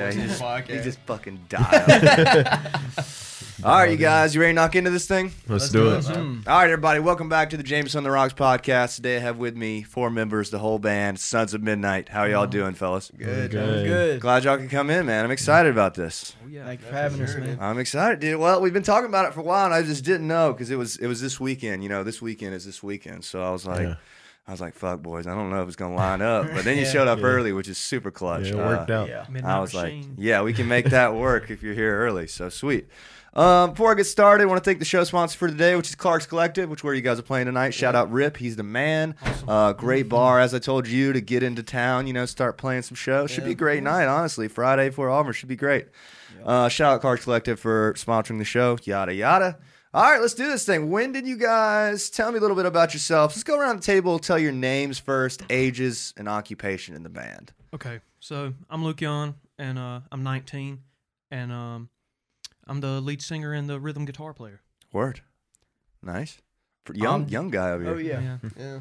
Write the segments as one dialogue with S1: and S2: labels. S1: okay.
S2: He just fucking died. All right, you guys, you ready to knock into this thing?
S3: Let's do it.
S2: All right, everybody, welcome back to the James on the Rocks podcast. Today I have with me four members, the whole band, Sons of Midnight. How
S3: Mm.
S2: y'all doing, fellas?
S1: good.
S3: Okay.
S4: Good.
S2: Glad y'all could come in, man. I'm excited about this.
S3: Mm-hmm.
S4: Thank you for having us, man.
S2: I'm excited, dude. Well, we've been talking about it for a while, and I just didn't know because it was it was this weekend. You know, this weekend is this weekend, so I was like,
S3: Yeah.
S2: I was like, fuck, boys, I don't know if it's gonna line up. But then you showed up early, which is super
S3: Yeah,
S2: clutch.
S3: it
S2: Uh,
S3: worked out.
S4: Yeah.
S2: I was like, yeah, we can make that work if you're here early. So sweet. Um, before I get started, I want to thank the show sponsor for today, which is Clark's Collective, which where you guys are playing tonight. Shout out Rip, he's the man. Uh, great bar, as I told you, to get into town, you know, start playing some shows. Should be a great night, honestly. Friday for Auburn should be great. Uh, shout out Clark's Collective for sponsoring the show. Yada yada. All right, let's do this thing. When did you guys tell me a little bit about yourselves? Let's go around the table, tell your names first, ages, and occupation in the band.
S5: Okay, so I'm Luke Young, and uh, I'm 19, and um, I'm the lead singer and the rhythm guitar player.
S2: Word. Nice. Pr- Young
S4: Um,
S2: young guy over here.
S4: Oh yeah. Yeah.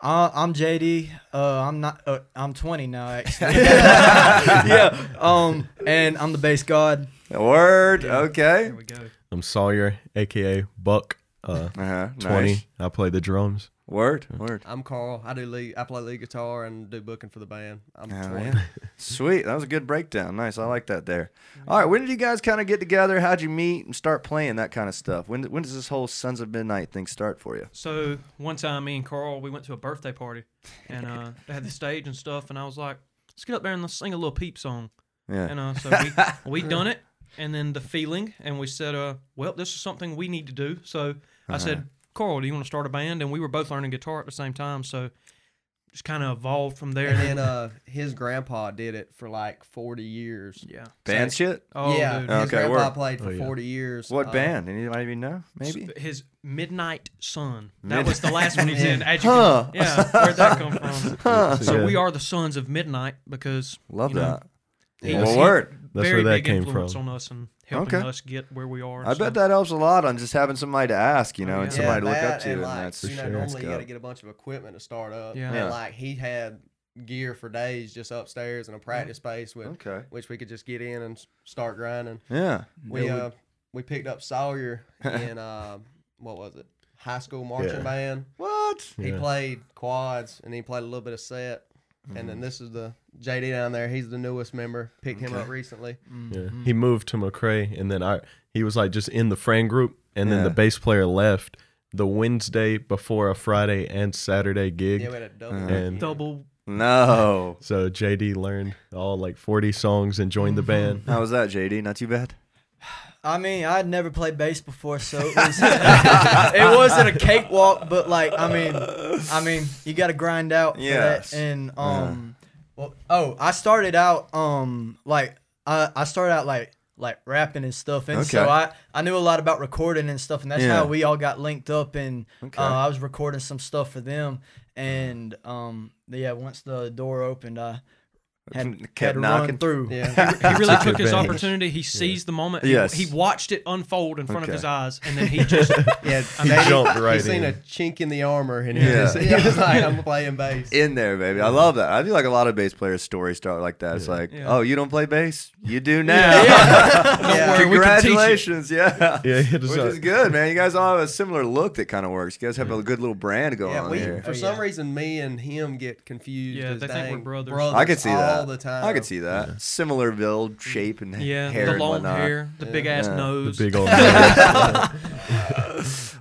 S4: Uh, I'm JD. Uh, I'm not. Uh, I'm 20 now, actually. yeah. Um, and I'm the bass god.
S2: Word.
S5: Yeah.
S2: Okay.
S5: There we go.
S3: I'm Sawyer, aka Buck. Uh,
S2: Uh-huh.
S3: twenty.
S2: nice.
S3: I play the drums.
S2: Word. Word.
S1: I'm Carl. I do lead. I play lead guitar and do booking for the band. I'm
S2: Oh,
S1: 20.
S2: yeah. Sweet. That was a good breakdown. Nice. I like that there. All right. When did you guys kind of get together? How'd you meet and start playing that kind of stuff? When when does this whole Sons of Midnight thing start for you?
S5: So one time, me and Carl, we went to a birthday party, and uh, they had the stage and stuff, and I was like, let's get up there and let's sing a little peep song.
S2: Yeah.
S5: And uh, so we we done it, and then the feeling, and we said, uh, well, this is something we need to do. So I
S2: Uh-huh.
S5: said, Carl, do you want to start a band? And we were both learning guitar at the same time, so just kind of evolved from there.
S1: And then uh, his grandpa did it for like 40 years.
S5: yeah.
S2: Band shit?
S5: Oh,
S1: yeah,
S5: dude.
S1: his
S2: Okay,
S1: grandpa
S2: word.
S1: played for
S3: Oh, yeah.
S1: 40 years.
S2: What
S1: Uh,
S2: band? Anybody even know? Maybe?
S5: S- His Midnight Sun. That
S2: Mid-
S5: was the last one he did. As you
S2: Huh.
S5: can, yeah, where'd that come from? So
S3: Yeah.
S5: we are the sons of midnight because
S2: Love
S5: you know,
S2: that.
S5: he
S2: Well,
S5: was- he-
S2: word.
S3: That's
S5: very
S3: where that
S5: big
S3: came
S5: influence
S3: from.
S5: on us and helping
S2: Okay.
S5: us get where we are.
S2: I
S5: so-
S2: bet that helps a lot on just having somebody to ask, you know,
S5: Oh,
S2: and
S5: yeah.
S2: somebody to look
S1: that
S2: up to.
S1: And
S2: And,
S1: like,
S2: that's
S1: you know,
S2: that's
S1: normally you
S2: dope.
S1: got to get a bunch of equipment to start up.
S5: Yeah.
S2: Yeah.
S1: And like he had gear for days just upstairs in a practice space with
S2: Okay.
S1: which we could just get in and s- start grinding.
S2: Yeah.
S1: We
S4: Yeah, we-
S1: uh we picked up Sawyer in uh, what was it? High school marching
S3: Yeah.
S1: band.
S2: What?
S1: He
S3: Yeah.
S1: played quads and he played a little bit of set. And
S2: Mm-hmm.
S1: then this is the JD down there. He's the newest member. Picked him up recently.
S3: Yeah. He moved to McCray, and then I he was like just in the Fran group, and then
S2: Yeah.
S3: the bass player left the Wednesday before a Friday and Saturday gig,
S1: Yeah, we had a double.
S2: Uh-huh.
S1: rookie.
S3: and
S5: double.
S2: No.
S3: so JD learned all like 40 songs and joined the band.
S2: How was that, JD? Not too bad.
S4: I mean, I'd never played bass before, so it was it wasn't a cakewalk. But like, I mean, I mean, you got to grind out. for
S2: Yes.
S4: that. And um, well, oh, I started out um like I I started out like like rapping and stuff, and so
S2: Okay.
S4: I I knew a lot about recording and stuff, and that's
S2: Yeah.
S4: how we all got linked up. And
S2: Okay.
S4: uh, I was recording some stuff for them, and um yeah, once the door opened, I had,
S2: Kept
S4: had to
S2: knocking.
S4: run through.
S1: Yeah,
S5: He really took his
S3: advantage.
S5: opportunity. He seized the moment.
S2: Yes.
S5: He, he watched it unfold in front
S2: Okay.
S5: of his eyes, and then he just
S1: yeah.
S3: He
S1: JD
S3: jumped right
S1: he seen
S3: in.
S1: a chink in the armor, and
S2: Yeah.
S1: he, just, he was like, "I'm playing bass."
S2: In there, baby. I love that. I feel like a lot of bass players' stories start like that. It's like,
S5: Yeah.
S2: oh, you don't play bass? You do now.
S5: Don't
S4: Yeah.
S5: worry, we can teach you.
S2: Congratulations. Yeah.
S3: Yeah, it was
S2: Which
S3: a-
S2: is good, man. You guys all have a similar look that kind of works. You guys have a good little brand going
S1: Yeah,
S2: on
S1: we,
S2: here.
S1: for
S4: Oh,
S1: some
S4: yeah.
S1: reason, me and him get confused.
S5: Yeah,
S1: as
S5: they think we're
S1: dang
S5: brothers.
S2: I could see
S1: all
S2: that.
S1: the time.
S2: I could see that. Similar build, shape, and
S5: yeah,
S2: hair
S5: the
S2: and
S5: long
S2: whatnot.
S5: hair, the big ass
S2: Yeah.
S5: nose.
S3: Big old nose.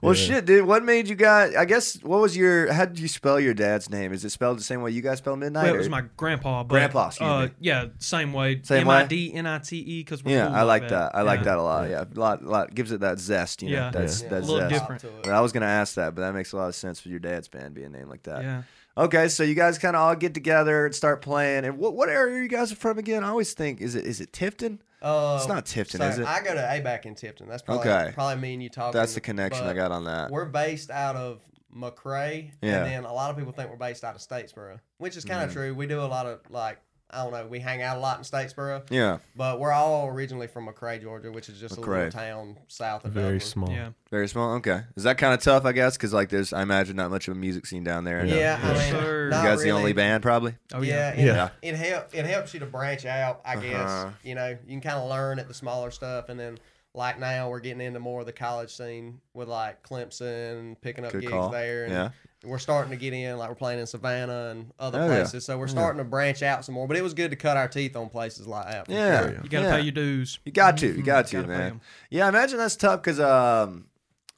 S2: Well,
S3: Yeah.
S2: shit, dude. What made you guys? I guess what was your? How did you spell your dad's name? Is it spelled the same way you guys spell midnight?
S5: well, it was
S2: or-
S5: my grandpa. But,
S2: Grandpa, excuse
S5: uh,
S2: me.
S5: Yeah, same way.
S2: Same way?
S5: M I D N I T E. Because
S2: yeah, I like that. I like that a lot. Yeah, a lot, lot gives it that zest. You know,
S5: Yeah.
S2: that's
S1: Yeah.
S2: that
S5: A little
S2: zest.
S5: different.
S1: To it.
S2: But I was gonna ask that, but that makes a lot of sense for your dad's band being named like that.
S5: Yeah.
S2: Okay, so you guys kind of all get together and start playing. And what, what area are you guys from again? I always think is it is it Tifton?
S1: Uh,
S2: It's not Tifton,
S1: so
S2: is it?
S1: I go to ABAC in Tifton. That's probably,
S2: Okay.
S1: probably me and you talking.
S2: That's the connection I
S1: but
S2: got on that.
S1: We're based out of McRae,
S2: Yeah. Mm.
S1: and then a lot of people think we're based out of Statesboro, which is kind of true. We do a lot of like I don't know. We hang out a lot in Statesboro,
S2: Yeah,
S1: but we're all originally from McCray, Georgia, which is just a
S2: McCray.
S1: little town south of Dublin.
S3: Very small.
S5: Yeah.
S2: very small. Okay, is that kind of tough? I guess because like there's, I imagine not much of a music scene down there.
S1: Yeah, I
S5: Yes,
S1: mean,
S5: sir.
S1: not
S2: you guys the
S1: really.
S2: only band probably.
S5: Oh
S1: yeah,
S5: yeah.
S1: it-
S3: Yeah.
S1: It, help it helps you to branch out, I
S2: Uh-huh.
S1: guess. You know, you can kind of learn at the smaller stuff, and then like now we're getting into more of the college scene with like Clemson picking up
S2: Good
S1: gigs
S2: call.
S1: there, and
S2: Yeah.
S1: we're starting to get in like we're playing in Savannah and other
S2: Oh, yeah.
S1: places. So we're starting to branch out some more. But it was good to cut our teeth on places like that. for
S2: Yeah.
S1: sure.
S5: You gotta
S2: Yeah.
S5: pay your dues.
S2: You got to,
S1: Mm-hmm.
S2: you got to,
S5: gotta pay
S2: man.
S5: 'em.
S2: Yeah, I imagine that's tough because um,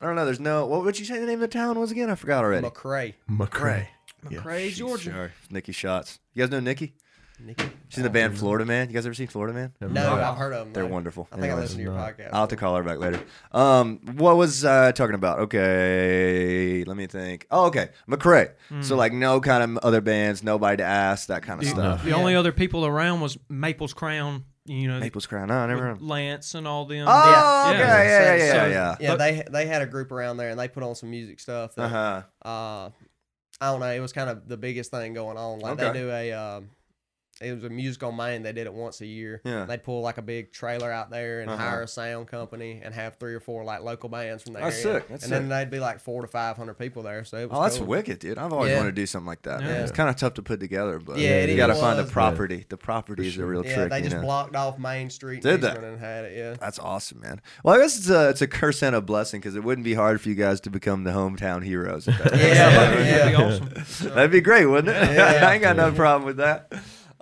S2: I don't know. There's no what would you say the name of the town was again? I forgot already.
S1: McCray,
S3: McCray. Yeah.
S5: Craig, Georgia.
S2: Sure. Nikki Shots. You guys know Nikki?
S1: Nikki. Uh,
S2: She's in the band Florida Man. You guys ever seen Florida Man?
S1: No,
S5: Wow.
S1: I've heard of them.
S2: They're
S1: though.
S2: wonderful.
S1: I think I
S2: Anyways.
S1: listened to your
S3: not-
S1: podcast.
S2: I'll have to call her back later. Um, what was I talking about? Okay, let me think. Oh, okay, McCray.
S1: Hmm.
S2: So like no kind of other bands, nobody to ask, that kind of stuff.
S5: The only other people around was Maple's Crown. You know,
S2: Maple's Crown. No, I never. heard
S5: with
S2: of 'em.
S5: Lance and all them.
S2: Oh,
S5: Yeah.
S2: okay, yeah, yeah, yeah,
S1: So-
S2: yeah.
S5: so-
S1: Yeah,
S5: But-
S1: they they had a group around there and they put on some music stuff. That,
S2: Uh huh.
S1: uh, I don't know. It was kind of the biggest thing going on. Like
S2: Okay.
S1: they do a, um, it was a musical main. They did it once a year.
S2: Yeah.
S1: They'd pull like a big trailer out there and
S2: Uh-huh.
S1: hire a sound company and have three or four like local bands from the
S2: That's
S1: area.
S2: sick, that's
S1: and then they'd be like four to five hundred people there. So it was
S2: Oh, that's
S1: cool.
S2: wicked, dude. I've always
S1: Yeah.
S2: wanted to do something like that. man.
S5: Yeah.
S2: It's kind of tough to put together, but
S1: Yeah, it
S2: you got to
S1: is.
S2: find the
S1: Was, yeah.
S2: property. The property is the
S3: sure.
S2: real
S1: Yeah,
S2: trick.
S1: they
S2: you
S1: just
S2: know?
S1: blocked off Main Street
S2: Did
S1: in
S2: they?
S1: Eastman and had it. Yeah.
S2: That's awesome, man. Well, I guess it's a it's a curse and a blessing because it wouldn't be hard for you guys to become the hometown heroes. if that-
S1: Yeah,
S5: That'd be
S1: yeah.
S5: awesome.
S2: That'd be great, wouldn't it?
S1: Yeah.
S2: I ain't got no problem with that.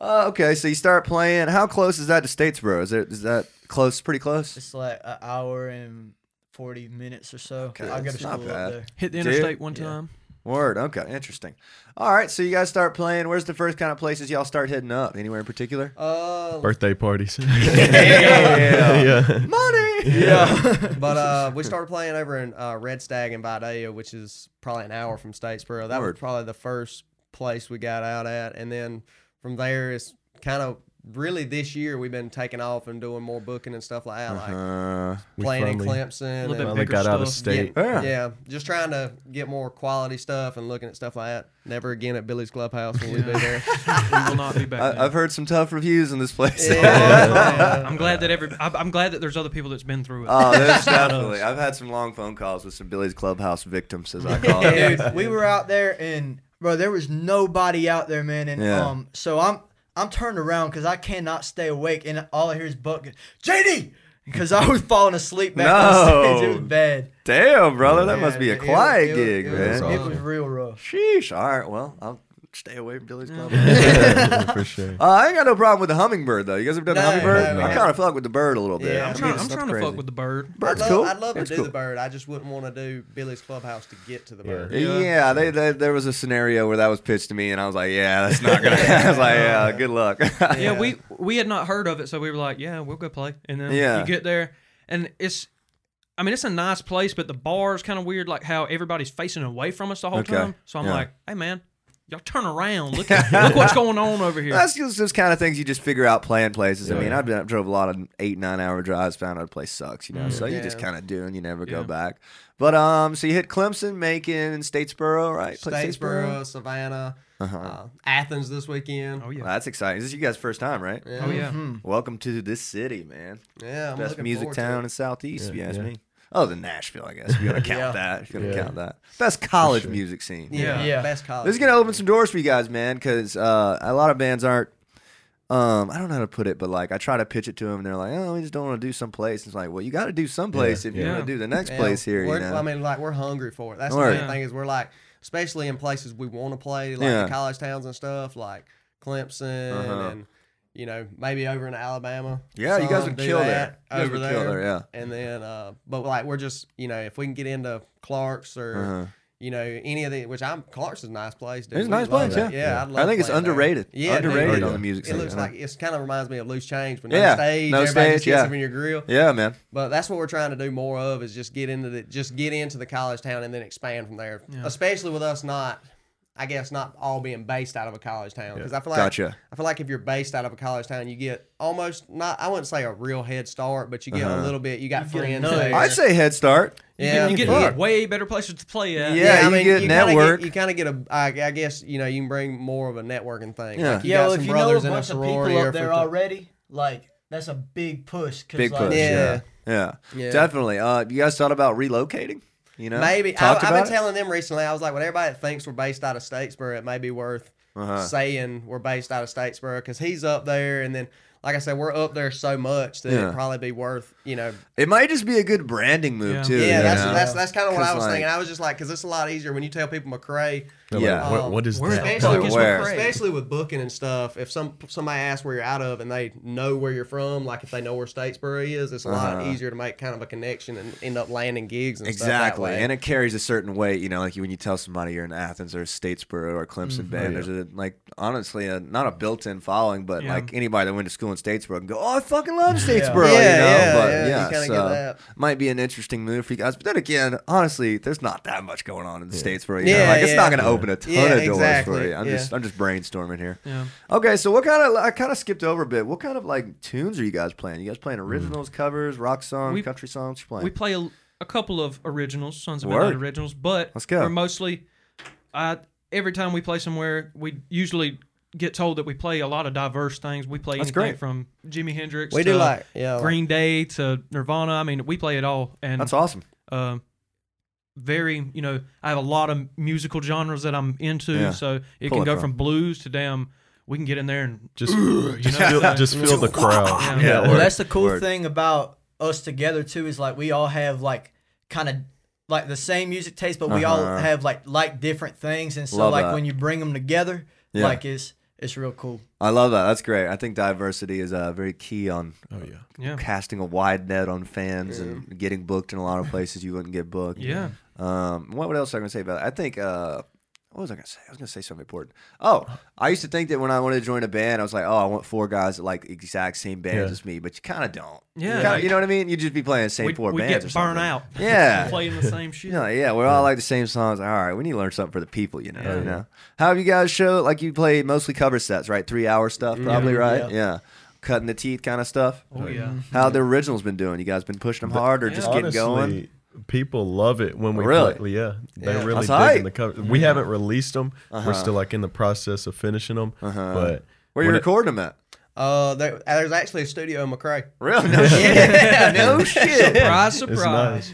S2: Uh, okay, so you start playing. How close is that to Statesboro? Is it is that close? Pretty close.
S4: It's like an hour and forty minutes or so.
S2: Okay,
S4: I got to
S2: it's not
S4: school
S2: bad.
S4: up there.
S5: Hit the
S2: Dude.
S5: interstate one
S4: Yeah.
S5: time.
S2: Word. Okay, interesting. All right, so you guys start playing. Where's the first kind of places y'all start hitting up? Anywhere in particular?
S1: Uh,
S3: Birthday parties.
S2: Yeah.
S3: yeah.
S2: Money.
S4: Yeah.
S1: But uh, we started playing over in uh, Red Stag in Vidalia, which is probably an hour from Statesboro. That
S2: Word.
S1: was probably the first place we got out at, and then from there, it's kind of really this year we've been taking off and doing more booking and stuff like that, like
S2: Uh,
S3: We
S1: playing in
S3: finally-
S1: Clemson.
S5: Little
S1: and-
S3: Finally
S5: bigger
S3: got out of
S5: stuff.
S3: state.
S2: yeah.
S1: yeah. just trying to get more quality stuff and looking at stuff like that. Never again at Billy's Clubhouse when we be there.
S5: We will not be back.
S2: I,
S5: now.
S2: I've heard some tough reviews in this place.
S1: Yeah.
S5: I'm glad that every. I'm I'm glad that there's other people that's been through it.
S2: Oh, there's definitely. I've had some long phone calls with some Billy's Clubhouse victims, as I call them.
S4: dude, we were out there and bro, there was nobody out there, man. And
S2: Yeah.
S4: um, so I'm I'm turned around because I cannot stay awake, and all I hear is Buck, go, JD, because I was falling asleep back
S2: No.
S4: on stage. It was bad.
S2: Damn, brother, that must
S1: Yeah,
S2: be a
S1: it- it-
S2: quiet
S1: it-
S2: gig,
S1: it
S2: man.
S1: was
S4: It was real rough.
S2: Sheesh. All right. Well, I'll stay away from Billy's Club.
S3: Yeah, for sure.
S2: Uh, I ain't got no problem with the hummingbird though. You guys ever done the
S1: No,
S2: hummingbird?
S1: no,
S2: I
S1: no.
S2: kind of fuck with the bird a little bit.
S1: Yeah,
S5: I'm
S1: I
S5: trying,
S2: it's
S5: I'm
S2: not
S5: trying to
S2: crazy.
S5: fuck with the bird.
S2: bird's
S1: I'd love,
S2: cool.
S1: I'd love to
S2: It's
S1: do
S2: cool.
S1: the bird. I just wouldn't want to do Billy's Clubhouse to get to the
S3: Yeah.
S1: bird.
S2: Yeah,
S5: Yeah.
S2: They, they, there was a scenario where that was pitched to me, and I was like, "Yeah, that's not gonna." I was like, "Yeah, good luck."
S5: Yeah, we we had not heard of it, so we were like, "Yeah, we'll go play." And then
S2: Yeah.
S5: you get there, and it's, I mean, it's a nice place, but the bar is kind of weird, like how everybody's facing away from us the whole
S2: Okay.
S5: time. So I'm
S2: Yeah.
S5: like, "Hey, man, y'all turn around, look at, look what's going on over here."
S2: That's just those kind of things you just figure out playing places. I
S3: Yeah.
S2: mean, I've done, drove a lot of eight, nine hour drives, found out a place sucks, you
S3: Mm.
S2: know. So you just
S1: Yeah.
S2: kind of do, and you never go
S5: Yeah.
S2: back. But um, so you hit Clemson, Macon, and Statesboro, right? Play
S1: Statesboro, Savannah,
S2: Uh-huh.
S1: uh, Athens this weekend.
S5: oh
S2: Well,
S5: yeah,
S2: that's exciting. This is you guys' first time, right?
S1: Yeah.
S5: oh yeah.
S2: Welcome to this city, man.
S1: Yeah, I'm
S2: Best
S1: looking
S2: music
S1: forward to it.
S2: town in Southeast, if you
S3: Yeah,
S2: ask
S3: yeah.
S2: me. Oh, than Nashville, I guess. If you want to count
S4: Yeah.
S2: that. If you want to
S3: Yeah.
S2: count that. Best college
S3: sure.
S2: music scene.
S1: Yeah,
S4: Yeah.
S1: best college.
S2: This is gonna open some doors for you guys, man, because uh, a lot of bands aren't. Um, I don't know how to put it, but like I try to pitch it to them, and they're like, "Oh, we just don't want to do someplace." It's like, well, you got to do someplace if you
S5: Yeah.
S2: want to do the next
S1: Yeah,
S2: place here. You
S1: we're-
S2: know?
S1: I mean, like we're hungry for it. That's
S2: Word.
S1: the main
S5: Yeah.
S1: thing is we're like, especially in places we want to play, like
S2: Yeah.
S1: the college towns and stuff, like Clemson
S2: Uh-huh.
S1: and you know maybe over in Alabama.
S2: yeah, you guys
S1: some
S2: would
S1: do
S2: kill there.
S1: that
S2: You guys
S1: over
S2: would kill there, yeah.
S1: And then, uh, but like we're just you know if we can get into Clark's or.
S2: Uh-huh.
S1: You know any of the which I'm Clark's is a nice place. Dude.
S2: It's a
S1: We
S2: nice
S1: love
S2: place,
S1: that.
S2: yeah.
S1: Yeah, I'd love
S2: I think it's
S1: playing there.
S2: underrated.
S1: Yeah, dude.
S2: underrated
S3: Oh,
S2: on
S3: yeah.
S2: the music
S1: It
S2: scene.
S1: looks
S2: you know?
S1: like it's kind of reminds me of Loose Change with no
S2: Yeah,
S1: stage,
S2: no
S1: everybody just
S2: stage,
S1: gets
S2: yeah.
S1: up in your grill.
S2: yeah, man.
S1: But that's what we're trying to do more of is just get into the just get into the college town and then expand from there. Especially with us not, I guess not all being based out of a college town because I feel like
S2: Gotcha.
S1: I feel like if you're based out of a college town, you get almost not I wouldn't say a real head start, but you get a little bit. You got
S5: get
S1: friends.
S5: another-
S1: there.
S2: Uh-huh. I'd say head start.
S1: Yeah,
S5: you get, you
S2: fuck.
S5: get way better places to play at.
S2: Yeah. you get
S1: kinda
S2: network.
S1: you kind of get a. I, I guess you know you can bring more of a networking thing.
S2: Yeah.
S1: like you
S4: yeah,
S1: got
S4: well,
S1: some
S4: if you know a
S1: brothers in a
S4: bunch of
S1: sorority
S4: people
S1: or
S4: up there
S1: fraternity.
S4: already, like that's a big push. 'cause,
S2: Big
S4: like,
S2: push. Yeah.
S1: Yeah.
S2: Yeah.
S1: Yeah.
S2: Definitely. Uh, you guys thought about relocating? You know?
S1: Maybe I,
S2: Talked
S1: I've been
S2: about it?
S1: telling them recently. I was like, when everybody thinks we're based out of Statesboro, it may be worth
S2: Uh-huh.
S1: saying we're based out of Statesboro because he's up there, and then like I said, we're up there so much that
S2: Yeah.
S1: it'd probably be worth you know.
S2: It might just be a good branding move
S5: Yeah.
S2: too.
S1: Yeah,
S2: you
S1: that's
S2: know?
S1: that's that's kind of what I
S2: 'Cause,
S1: was
S2: like-
S1: thinking. I was just like, because it's a lot easier when you tell people McCray,
S3: They're
S2: Yeah.
S3: Like, what, what is
S5: Where's
S3: that?
S5: that?
S1: Basically,
S2: Like,
S5: just
S2: where?
S5: McCray.
S1: especially with booking and stuff. If some somebody asks where you're out of and they know where you're from, like if they know where Statesboro is, it's a lot
S2: Uh-huh.
S1: easier to make kind of a connection and end up landing gigs and stuff
S2: Exactly,
S1: that way.
S2: and it carries a certain weight, you know. Like when you tell somebody you're in Athens or Statesboro or Clemson,
S1: Mm-hmm. Oh,
S2: man, there's a like honestly a, not a built-in following, but
S5: Yeah.
S2: like anybody that went to school in Statesboro can go, "Oh, I fucking love Statesboro,"
S1: Yeah,
S2: you know.
S1: yeah,
S2: but
S1: yeah,
S2: yeah,
S1: you kinda get
S2: so
S1: that.
S2: might be an interesting move for you guys. But then again, honestly, there's not that much going on in the Statesboro. You know?
S1: Yeah,
S2: like it's not
S1: yeah.
S2: going to open a ton
S1: Yeah,
S2: of doors for
S1: exactly,
S2: you. I'm
S1: yeah.
S2: just I'm just brainstorming here.
S5: Yeah.
S2: Okay, so what kind of I kind of skipped over a bit. What kind of like tunes are you guys playing? You guys playing
S1: Hmm.
S2: originals, covers, rock songs,
S5: We-
S2: country songs? You playing?
S5: We play a, a couple of originals, Sons of
S2: Word.
S5: Midnight originals, but
S2: Let's go.
S5: we're mostly. I every time we play somewhere, we usually get told that we play a lot of diverse things. We play
S2: That's
S5: anything
S2: great.
S5: from Jimi Hendrix.
S1: We
S5: to
S1: do like yeah, like-
S5: Green Day to Nirvana. I mean, we play it all, and
S2: That's awesome.
S5: uh, very you know I have a lot of musical genres that I'm into,
S2: Yeah.
S5: so it
S2: Pull
S5: can
S2: it
S5: go
S2: from.
S5: from blues to damn. We can get in there and
S3: Just,
S5: you
S3: just,
S5: know,
S3: feel,
S5: like-
S3: just feel the crowd.
S5: Yeah.
S3: Yeah,
S4: Well,
S3: or-
S4: that's the cool
S2: Word.
S4: thing about us together too is like we all have like kind of like the same music taste, but we all
S2: Uh-huh.
S4: have like like different things, and so
S2: Love
S4: like
S2: that.
S4: when you bring them together,
S2: Yeah.
S4: like it's it's real cool.
S2: I love that. That's great. I think diversity is uh, very key on
S3: oh yeah.
S5: yeah,
S2: casting a wide net on fans and getting booked in a lot of places you wouldn't get booked.
S5: yeah.
S2: Um, what, what else am I going to say about it? I think, uh, what was I going to say? I was going to say something important. Oh, I used to think that when I wanted to join a band, I was like, oh, I want four guys that like the exact same bands
S3: Yeah.
S2: as me, but you kind of don't. You,
S5: Yeah.
S2: kinda- you know what I mean? You'd just be playing the same
S5: We,
S2: four
S5: we
S2: bands
S5: get
S2: or
S5: burnt
S2: something.
S5: out.
S2: Yeah.
S5: playing the same shit.
S2: You know, yeah, we're all like the same songs. All right, we need to learn something for the people, you know. You know? How have you guys show like you play mostly cover sets, right? Three hour stuff, probably, right? Yeah.
S4: Yeah.
S2: cutting the teeth kind of stuff.
S5: Oh yeah.
S1: Mm-hmm.
S2: How the originals been doing? You guys been pushing them hard or just getting going?
S3: Honestly, People love it when we
S2: Really?
S3: play. Yeah, they're
S1: Yeah.
S3: really
S2: That's tight.
S3: digging the cover. We haven't released them. We're still like in the process of finishing them. But
S2: Where you
S3: when it-
S2: recording them at?
S1: Uh, there, there's actually a studio in McRae.
S2: Really? No shit.
S1: Yeah,
S2: No shit.
S5: Surprise,
S3: It's
S5: surprise.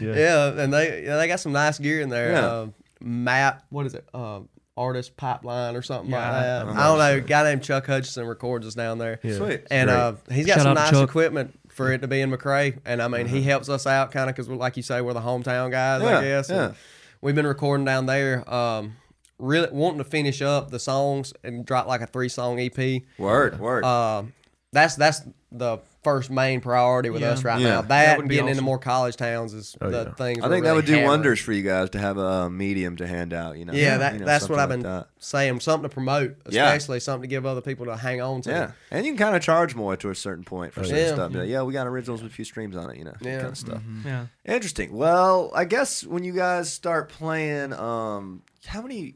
S3: nice. Yeah.
S1: yeah, and they yeah, they got some nice gear in there.
S2: Yeah.
S1: Um map, what is it? Um, artist pipeline or something
S5: Yeah,
S1: like that. I don't know. A guy named Chuck Hutchison records us down there.
S3: Yeah.
S2: Sweet.
S1: and
S3: Great.
S1: uh, he's got
S5: Shout
S1: some
S5: out to
S1: nice
S5: Chuck.
S1: equipment for it to be in McRae. And I mean, he helps us out kind of because, like you say, we're the hometown guys,
S2: Yeah,
S1: I guess.
S2: yeah.
S1: and We've been recording down there. Um, really wanting to finish up the songs and drop like a three song E EP.
S2: Word, word.
S1: Um, that's that's the first main priority with
S5: Yeah.
S1: us right
S2: Yeah.
S1: now. That,
S5: That would
S1: and
S5: be
S1: getting into
S5: awesome.
S1: more college towns is
S3: Oh,
S1: the
S3: yeah.
S1: things.
S2: I
S1: we're
S2: think that
S1: really
S2: would do
S1: hammering.
S2: wonders for you guys to have a medium to hand out, you know.
S1: Yeah, that,
S2: you know,
S1: that's what I've
S2: something
S1: been
S2: like that.
S1: saying. Something to promote,
S2: Yeah.
S1: especially something to give other people to hang on to.
S2: Yeah, and you can kind of charge more to a certain point for certain
S1: yeah.
S2: stuff. Be like, yeah, we got originals with a few streams on it, you know,
S1: Yeah. Mm-hmm.
S2: kind of stuff.
S5: Yeah.
S2: Interesting. Well, I guess when you guys start playing, um, how many,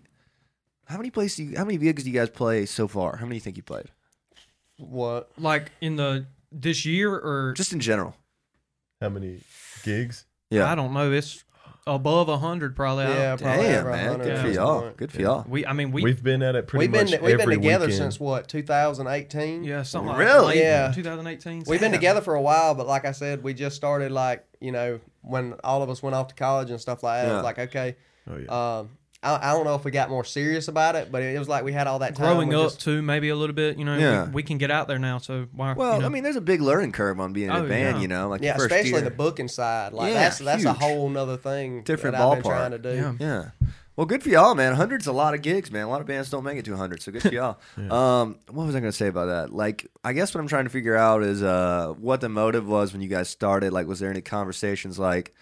S2: how many places, do you, how many gigs do you guys play so far? How many do you think you played,
S1: What?
S5: Like in the this year or
S2: just in general?
S3: How many gigs?
S2: Yeah.
S5: I don't know. It's above hundred probably. I don't-
S1: Yeah, probably
S2: Damn,
S1: over a
S2: man.
S1: hundred
S2: Good
S1: at
S2: for
S1: this
S2: y'all.
S1: point.
S2: Good for y'all.
S5: We I mean we
S3: We, have been at it pretty
S1: we've been
S3: much
S1: we've been
S3: every
S1: together
S3: weekend.
S1: since what 2018.
S5: yeah something
S2: Really?
S5: like late
S1: Yeah.
S5: 2018.
S1: We've been together for a while, but like I said, we just started like you know when all of us went off to college and stuff like that. It
S2: Yeah.
S1: was like okay,
S3: Oh yeah.
S1: um, I, I don't know if we got more serious about it, but it was like we had all that time.
S5: growing
S1: we
S5: up
S1: just-
S5: too, maybe a little bit. You know,
S2: Yeah.
S5: we, we can get out there now. So why?
S2: Well,
S5: you know,
S2: I mean, there's a big learning curve on being in a
S5: Oh,
S2: band,
S5: yeah.
S2: you know, like
S1: yeah,
S2: the first
S1: especially
S2: year.
S1: the booking side. Like
S2: Yeah,
S1: that's that's a
S2: huge.
S1: whole nother thing.
S2: Different
S1: that I've
S2: ballpark.
S1: Been trying to do.
S5: Yeah.
S2: Yeah. Well, good for y'all, man. Hundreds a lot of gigs, man. A lot of bands don't make it to 100, so good for y'all. um, what was I going to say about that? Like, I guess what I'm trying to figure out is uh, what the motive was when you guys started. Like, was there any conversations like,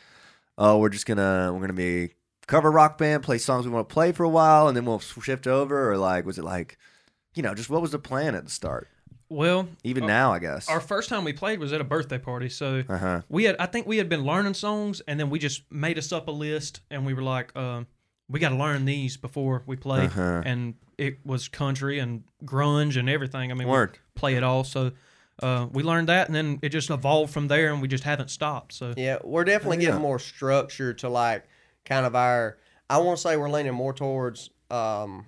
S2: "Oh, we're just gonna we're gonna be cover rock band, play songs we want to play for a while, and then we'll shift over," or like, was it like, you know, just what was the plan at the start?
S5: well,
S2: Even now, I guess.
S5: our first time we played was at a birthday party. So
S2: Uh huh.
S5: we had I think we had been learning songs, and then we just made us up a list, and we were like, um, we got to learn these before we play.
S2: Uh-huh.
S5: And it was country and grunge and everything. I mean, we
S2: Word.
S5: play it all. So uh, we learned that, and then it just evolved from there, and we just haven't stopped. So
S1: Yeah, we're definitely
S2: yeah.
S1: getting more structure to like kind of our. I want to say we're leaning more towards um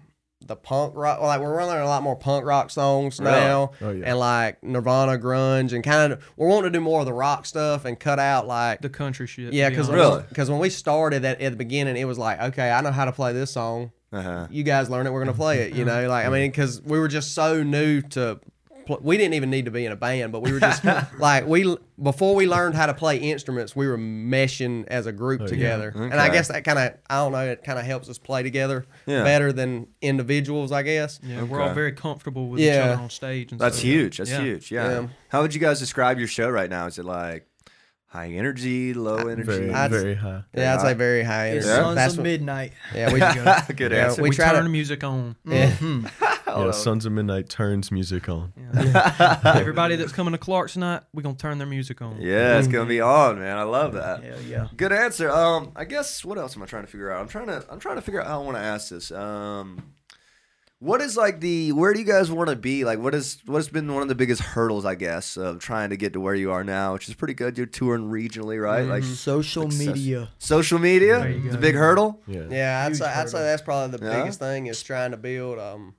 S1: the punk rock. Like we're learning a lot more punk rock songs
S2: Really?
S1: now,
S3: Oh, yeah.
S1: and like Nirvana, grunge, and kind of we're wanting to do more of the rock stuff and cut out like
S5: the country shit.
S1: yeah,
S5: to be
S1: because
S5: honest.
S2: Really?
S1: because when we started at, at the beginning, it was like okay, I know how to play this song.
S2: Uh-huh.
S1: You guys learn it, we're gonna play it. You know, like I mean, because we were just so new to. pl- We didn't even need to be in a band, but we were just like we before we learned how to play instruments, we were meshing as a group together, and I
S2: Oh, Okay.
S1: guess that kind of I don't know, it kind of helps us play together
S2: Yeah.
S1: better than individuals, I guess.
S5: Yeah, we're all
S2: Okay.
S5: very comfortable with each
S1: Yeah.
S5: other on stage. And
S2: That's
S5: stuff.
S2: huge. That's
S5: Yeah.
S2: huge. Yeah.
S1: Yeah.
S2: How would you guys describe your show right now? Is it like high energy, low energy?
S3: Very,
S1: I'd-
S3: very high.
S1: Yeah, I'd
S2: Yeah.
S1: say very high
S4: It's
S1: energy.
S4: Sons
S1: That's
S4: of
S1: what,
S4: Midnight.
S1: yeah, we yeah,
S2: Good
S1: Yeah,
S2: answer.
S5: We,
S1: We try to-
S5: turn the music on.
S3: Yeah, Sons of Midnight turns music on.
S5: Everybody that's coming to Clark's tonight, we're gonna turn their music on.
S2: yeah, it's gonna be on,
S5: Mm-hmm.
S2: man. I love that.
S4: Hell yeah.
S2: Good answer. Um, I guess what else am I trying to figure out? I'm trying to I'm trying to figure out how I want to ask this. Um, what is like the where do you guys want to be? Like, what is what has been one of the biggest hurdles? I guess of trying to get to where you are now, which is pretty good. You're touring regionally, right? Like
S4: Social
S2: Success.
S4: media.
S2: social media,
S5: Mm-hmm. There you
S2: it's a
S5: go.
S2: big hurdle.
S3: Yeah.
S1: yeah, I'd
S4: Huge
S1: say I'd say
S4: hurdle.
S1: that's probably the
S2: Yeah.
S1: biggest thing is trying to build um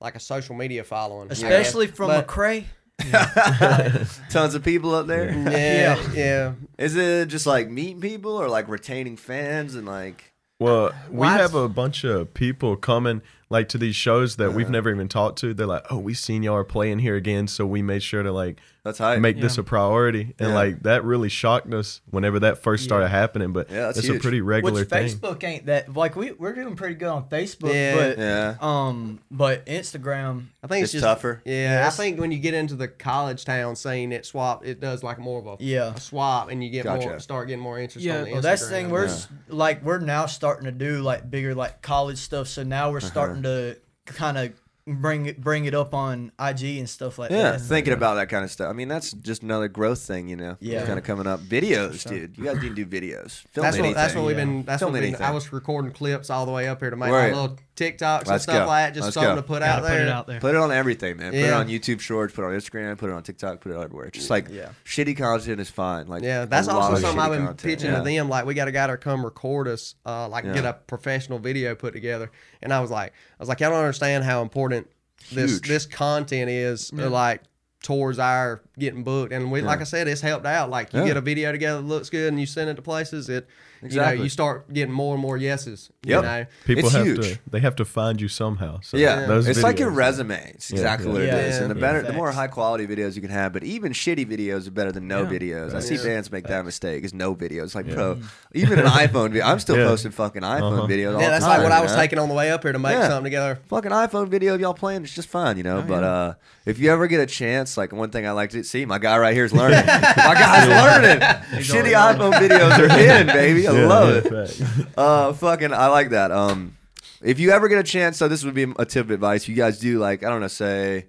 S1: like a social media following, I guess.
S4: Especially from
S1: But-
S4: McCray.
S2: Tons of people up there. Is
S1: Yeah, yeah.
S2: it just like meeting people or like retaining fans and like?
S3: Well, we
S1: Why-
S3: have a bunch of people coming like to these shows that we've never even talked to. They're like, "Oh, we seen y'all are playing here again," so we made sure to like
S2: That's hype.
S3: make this a priority. And
S2: Yeah.
S3: like that really shocked us whenever that first started happening. But
S2: Yeah, that's
S3: it's a
S2: huge.
S3: pretty regular
S4: Which
S3: thing.
S4: Facebook ain't that like we we're doing pretty good on Facebook,
S1: Yeah.
S4: but
S2: yeah.
S1: Oh,
S4: um, but Instagram.
S1: I think
S2: It's
S1: it's, just
S2: tougher.
S1: Yeah,
S4: Yes.
S1: I think when you get into the college town scene, it swap. It does like more of a
S4: Yeah.
S1: a swap, and you get more
S2: Gotcha.
S1: start getting more interest.
S5: Yeah,
S1: on the
S4: Well, Oh, that's the
S1: Instagram.
S4: thing. We're s like we're now starting to do like bigger like college stuff. So now
S2: Uh-huh.
S4: we're starting to kind of bring it bring it up on IG and stuff like
S2: Yeah,
S4: that.
S2: thinking about that kind of stuff. I mean, that's just another growth thing, you know.
S4: Yeah.
S2: kind of coming up. Videos, dude. You guys need to do videos. Film
S1: That's
S2: anything.
S1: what, that's what we've been. That's
S2: Film
S1: what we've been,
S2: anything.
S1: I was recording clips all the way up here to make
S2: Right.
S1: my little TikToks and
S2: Let's
S1: stuff
S2: go.
S1: like that. Just
S2: Let's
S1: something
S2: go.
S1: to put
S5: Gotta
S1: out
S5: put
S1: there.
S5: it out there.
S2: Put it on everything, man. Put it
S1: Yeah.
S2: on YouTube Shorts. Put it on Instagram. Put it on TikTok. Put it everywhere. Just like
S4: Yeah.
S2: shitty content is fine. Like
S1: Yeah,
S2: a
S1: that's
S2: lot
S1: also
S2: of
S1: something
S2: shitty
S1: I've been
S2: content.
S1: pitching
S2: yeah.
S1: to them. Like, we got a guy to come record us, uh, like
S2: Yeah.
S1: get a professional video put together. And I was like, I was like, y'all don't understand how important this
S2: Huge.
S1: this content is, uh, like towards our getting booked. And we, like I said, it's helped out. Like, you
S2: Yeah.
S1: get a video together that looks good, and you send it to places. It, you
S2: Exactly.
S1: know, you start getting more and more yeses.
S2: Yep.
S1: You know?
S3: People
S2: It's
S3: have
S2: huge.
S3: to they have to find you somehow. So
S2: Yeah,
S3: those
S2: it's like your
S3: videos-
S2: resume. It's
S3: Yeah.
S2: exactly what
S4: Yeah.
S2: it is.
S1: Yeah.
S2: And the
S3: Yeah.
S2: better, the more
S4: Facts.
S2: high quality videos you can have, but even shitty videos are better than no
S5: Yeah.
S2: videos. I see bands make that mistake. Is no videos. It's like
S3: Yeah.
S2: pro, even an iPhone video. I'm still
S3: Yeah.
S2: posting fucking iPhone
S3: Uh-huh.
S2: videos. All
S1: Yeah, that's
S2: the
S1: like
S2: time,
S1: what I was
S2: man.
S1: taking on the way up here to make
S2: Yeah.
S1: something together.
S2: fucking iPhone video of y'all playing is just fine, you know.
S3: Oh,
S2: but uh, if you ever get a chance, like one thing I like to see, my guy right here is learning. my guy's learning. Shitty iPhone videos are in, baby. I
S3: Yeah,
S2: love
S3: yeah,
S2: it.
S3: fact.
S2: Uh, fucking, I like that. Um, if you ever get a chance, so this would be a tip of advice. You guys do like, I don't know, say.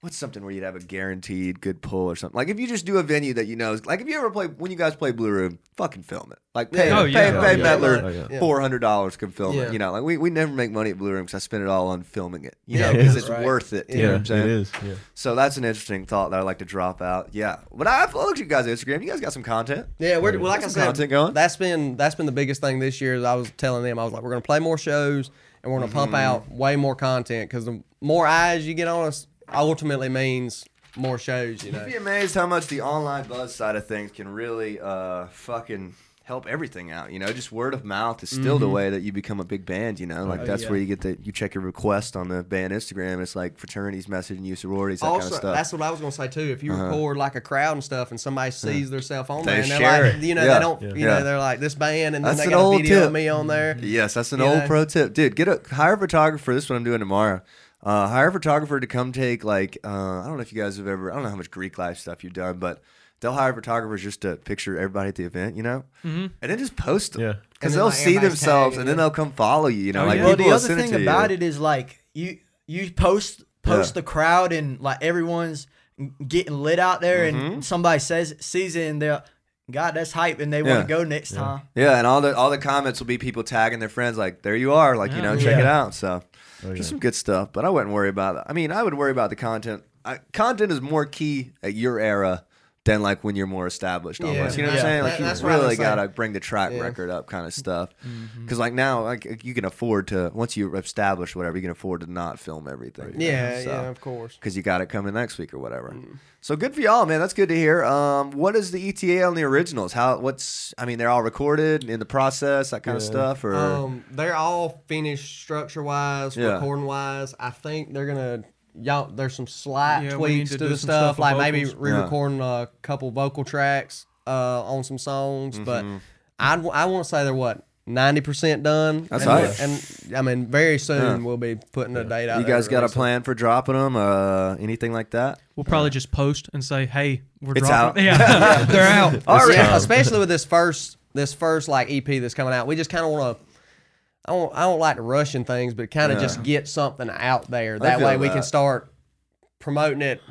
S2: What's something where you'd have a guaranteed good pull or something? Like if you just do a venue that you know, is- like if you ever play when you guys play Blue Room, fucking film it. Like pay,
S1: Yeah.
S5: Oh, yeah.
S2: pay,
S5: Oh,
S2: pay
S3: yeah.
S2: Mettler
S3: Oh, yeah.
S1: Yeah.
S2: four hundred dollars can film
S1: Yeah.
S2: it. You know, like we, we never make money at Blue Room because I spend it all on filming it. You know,
S1: Yeah,
S2: because
S4: yeah.
S2: it's
S4: Right.
S2: worth it. You know
S3: Yeah,
S2: what I'm
S3: it
S2: saying?
S3: is. Yeah.
S2: So that's an interesting thought that I like to drop out. Yeah, but I looked at you guys on Instagram. You guys got some content.
S1: Yeah, we're well, like I
S2: Some
S1: said,
S2: content going.
S1: that's been that's been the biggest thing this year. Is I was telling them I was like, we're gonna play more shows and we're gonna
S2: Mm-hmm.
S1: pump out way more content because the more eyes you get on us, ultimately means more shows. You know,
S2: You'd be amazed how much the online buzz side of things can really uh, fucking help everything out. You know, just word of mouth is still the way that you become a big band. You know, like that's
S4: yeah.
S2: where you get the you check your request on the band Instagram. It's like fraternities messaging you, sororities, that
S1: also
S2: kind of stuff. Uh-huh.
S1: that's what I was gonna say too. If you record like a crowd and stuff, and somebody sees their cell phone,
S2: They
S1: there, and they're
S2: share
S1: like,
S2: it.
S1: you know,
S2: Yeah.
S1: they don't,
S2: Yeah.
S1: you
S2: Yeah.
S1: know, they're like this band, and then
S2: That's
S1: they
S2: an
S1: got
S2: old
S1: a video
S2: tip.
S1: of me on there.
S2: Yes, that's an
S1: You
S2: old
S1: know?
S2: pro tip, dude. Get a hire a photographer. This is what I'm doing tomorrow. Uh, hire a photographer to come take like uh, I don't know if you guys have ever I don't know how much Greek life stuff you've done, but they'll hire photographers just to picture everybody at the event, you know, mm-hmm. and then just post them.
S3: Yeah.
S1: And
S2: because
S1: then,
S2: they'll
S1: like,
S2: see
S1: everybody's
S2: themselves
S1: tagging
S2: and then they'll come follow you. You know,
S5: Oh,
S2: like
S5: yeah.
S4: Well,
S2: people
S4: the
S2: will
S4: other
S2: send it
S4: thing
S2: to you.
S4: about it is like you you post post the crowd
S2: Mm-hmm.
S4: and like everyone's getting lit out there, and somebody says sees it, and they're God, that's hype, and they
S2: Yeah.
S4: want to go next time.
S2: Yeah, and all the all the comments will be people tagging their friends like, "There you are," like you know,
S5: Yeah.
S2: check it
S4: Yeah.
S2: out. So,
S3: yeah.
S2: just some good stuff. But I wouldn't worry about that. I mean, I would worry about the content. I, content is more key at your era than like when you're more established.
S1: Yeah.
S2: Almost, you know what
S1: Yeah.
S2: I'm saying?
S1: That-
S2: Like
S1: that's
S2: you
S1: what I was
S2: really
S1: saying.
S2: gotta bring the track
S1: Yeah. Mm-hmm.
S2: record up, kind of stuff. Because like now, like you can afford to once you establish whatever, you can afford to not film everything. you know,
S1: Yeah,
S2: so
S1: yeah, of course.
S2: because you got it coming next week or whatever.
S1: Mm.
S2: So good for y'all, man. That's good to hear. Um, what is the ETA on the originals? How? What's? I mean, they're all recorded in the process, that kind of
S3: Yeah.
S2: stuff. Or
S1: Um, they're all finished structure wise,
S2: Yeah.
S1: recording wise. I think they're gonna y'all. There's some slight
S5: Yeah, we need
S1: tweaks
S5: to
S1: to,
S5: do
S1: the
S5: some
S1: stuff,
S5: stuff with
S1: like maybe
S5: vocals.
S1: re-recording a couple vocal tracks uh, on some songs. But
S2: Mm-hmm.
S1: I I want to say they're what. Ninety percent done.
S2: That's
S1: and,
S2: nice.
S1: and I mean, very soon we'll be putting a date out.
S2: you
S1: there
S2: guys
S1: to
S2: got a
S1: release it.
S2: plan for dropping them? Uh, anything like that?
S5: We'll probably just post and say, "Hey, we're
S2: It's
S5: dropping."
S2: out.
S5: Yeah, they're out.
S1: All right.
S3: time.
S1: especially with this first this first like EP that's coming out, we just kind of want to. I don't, I don't like to rush in things, but kind of just get something out there. That
S2: feel
S1: way we
S2: that.
S1: can start promoting it.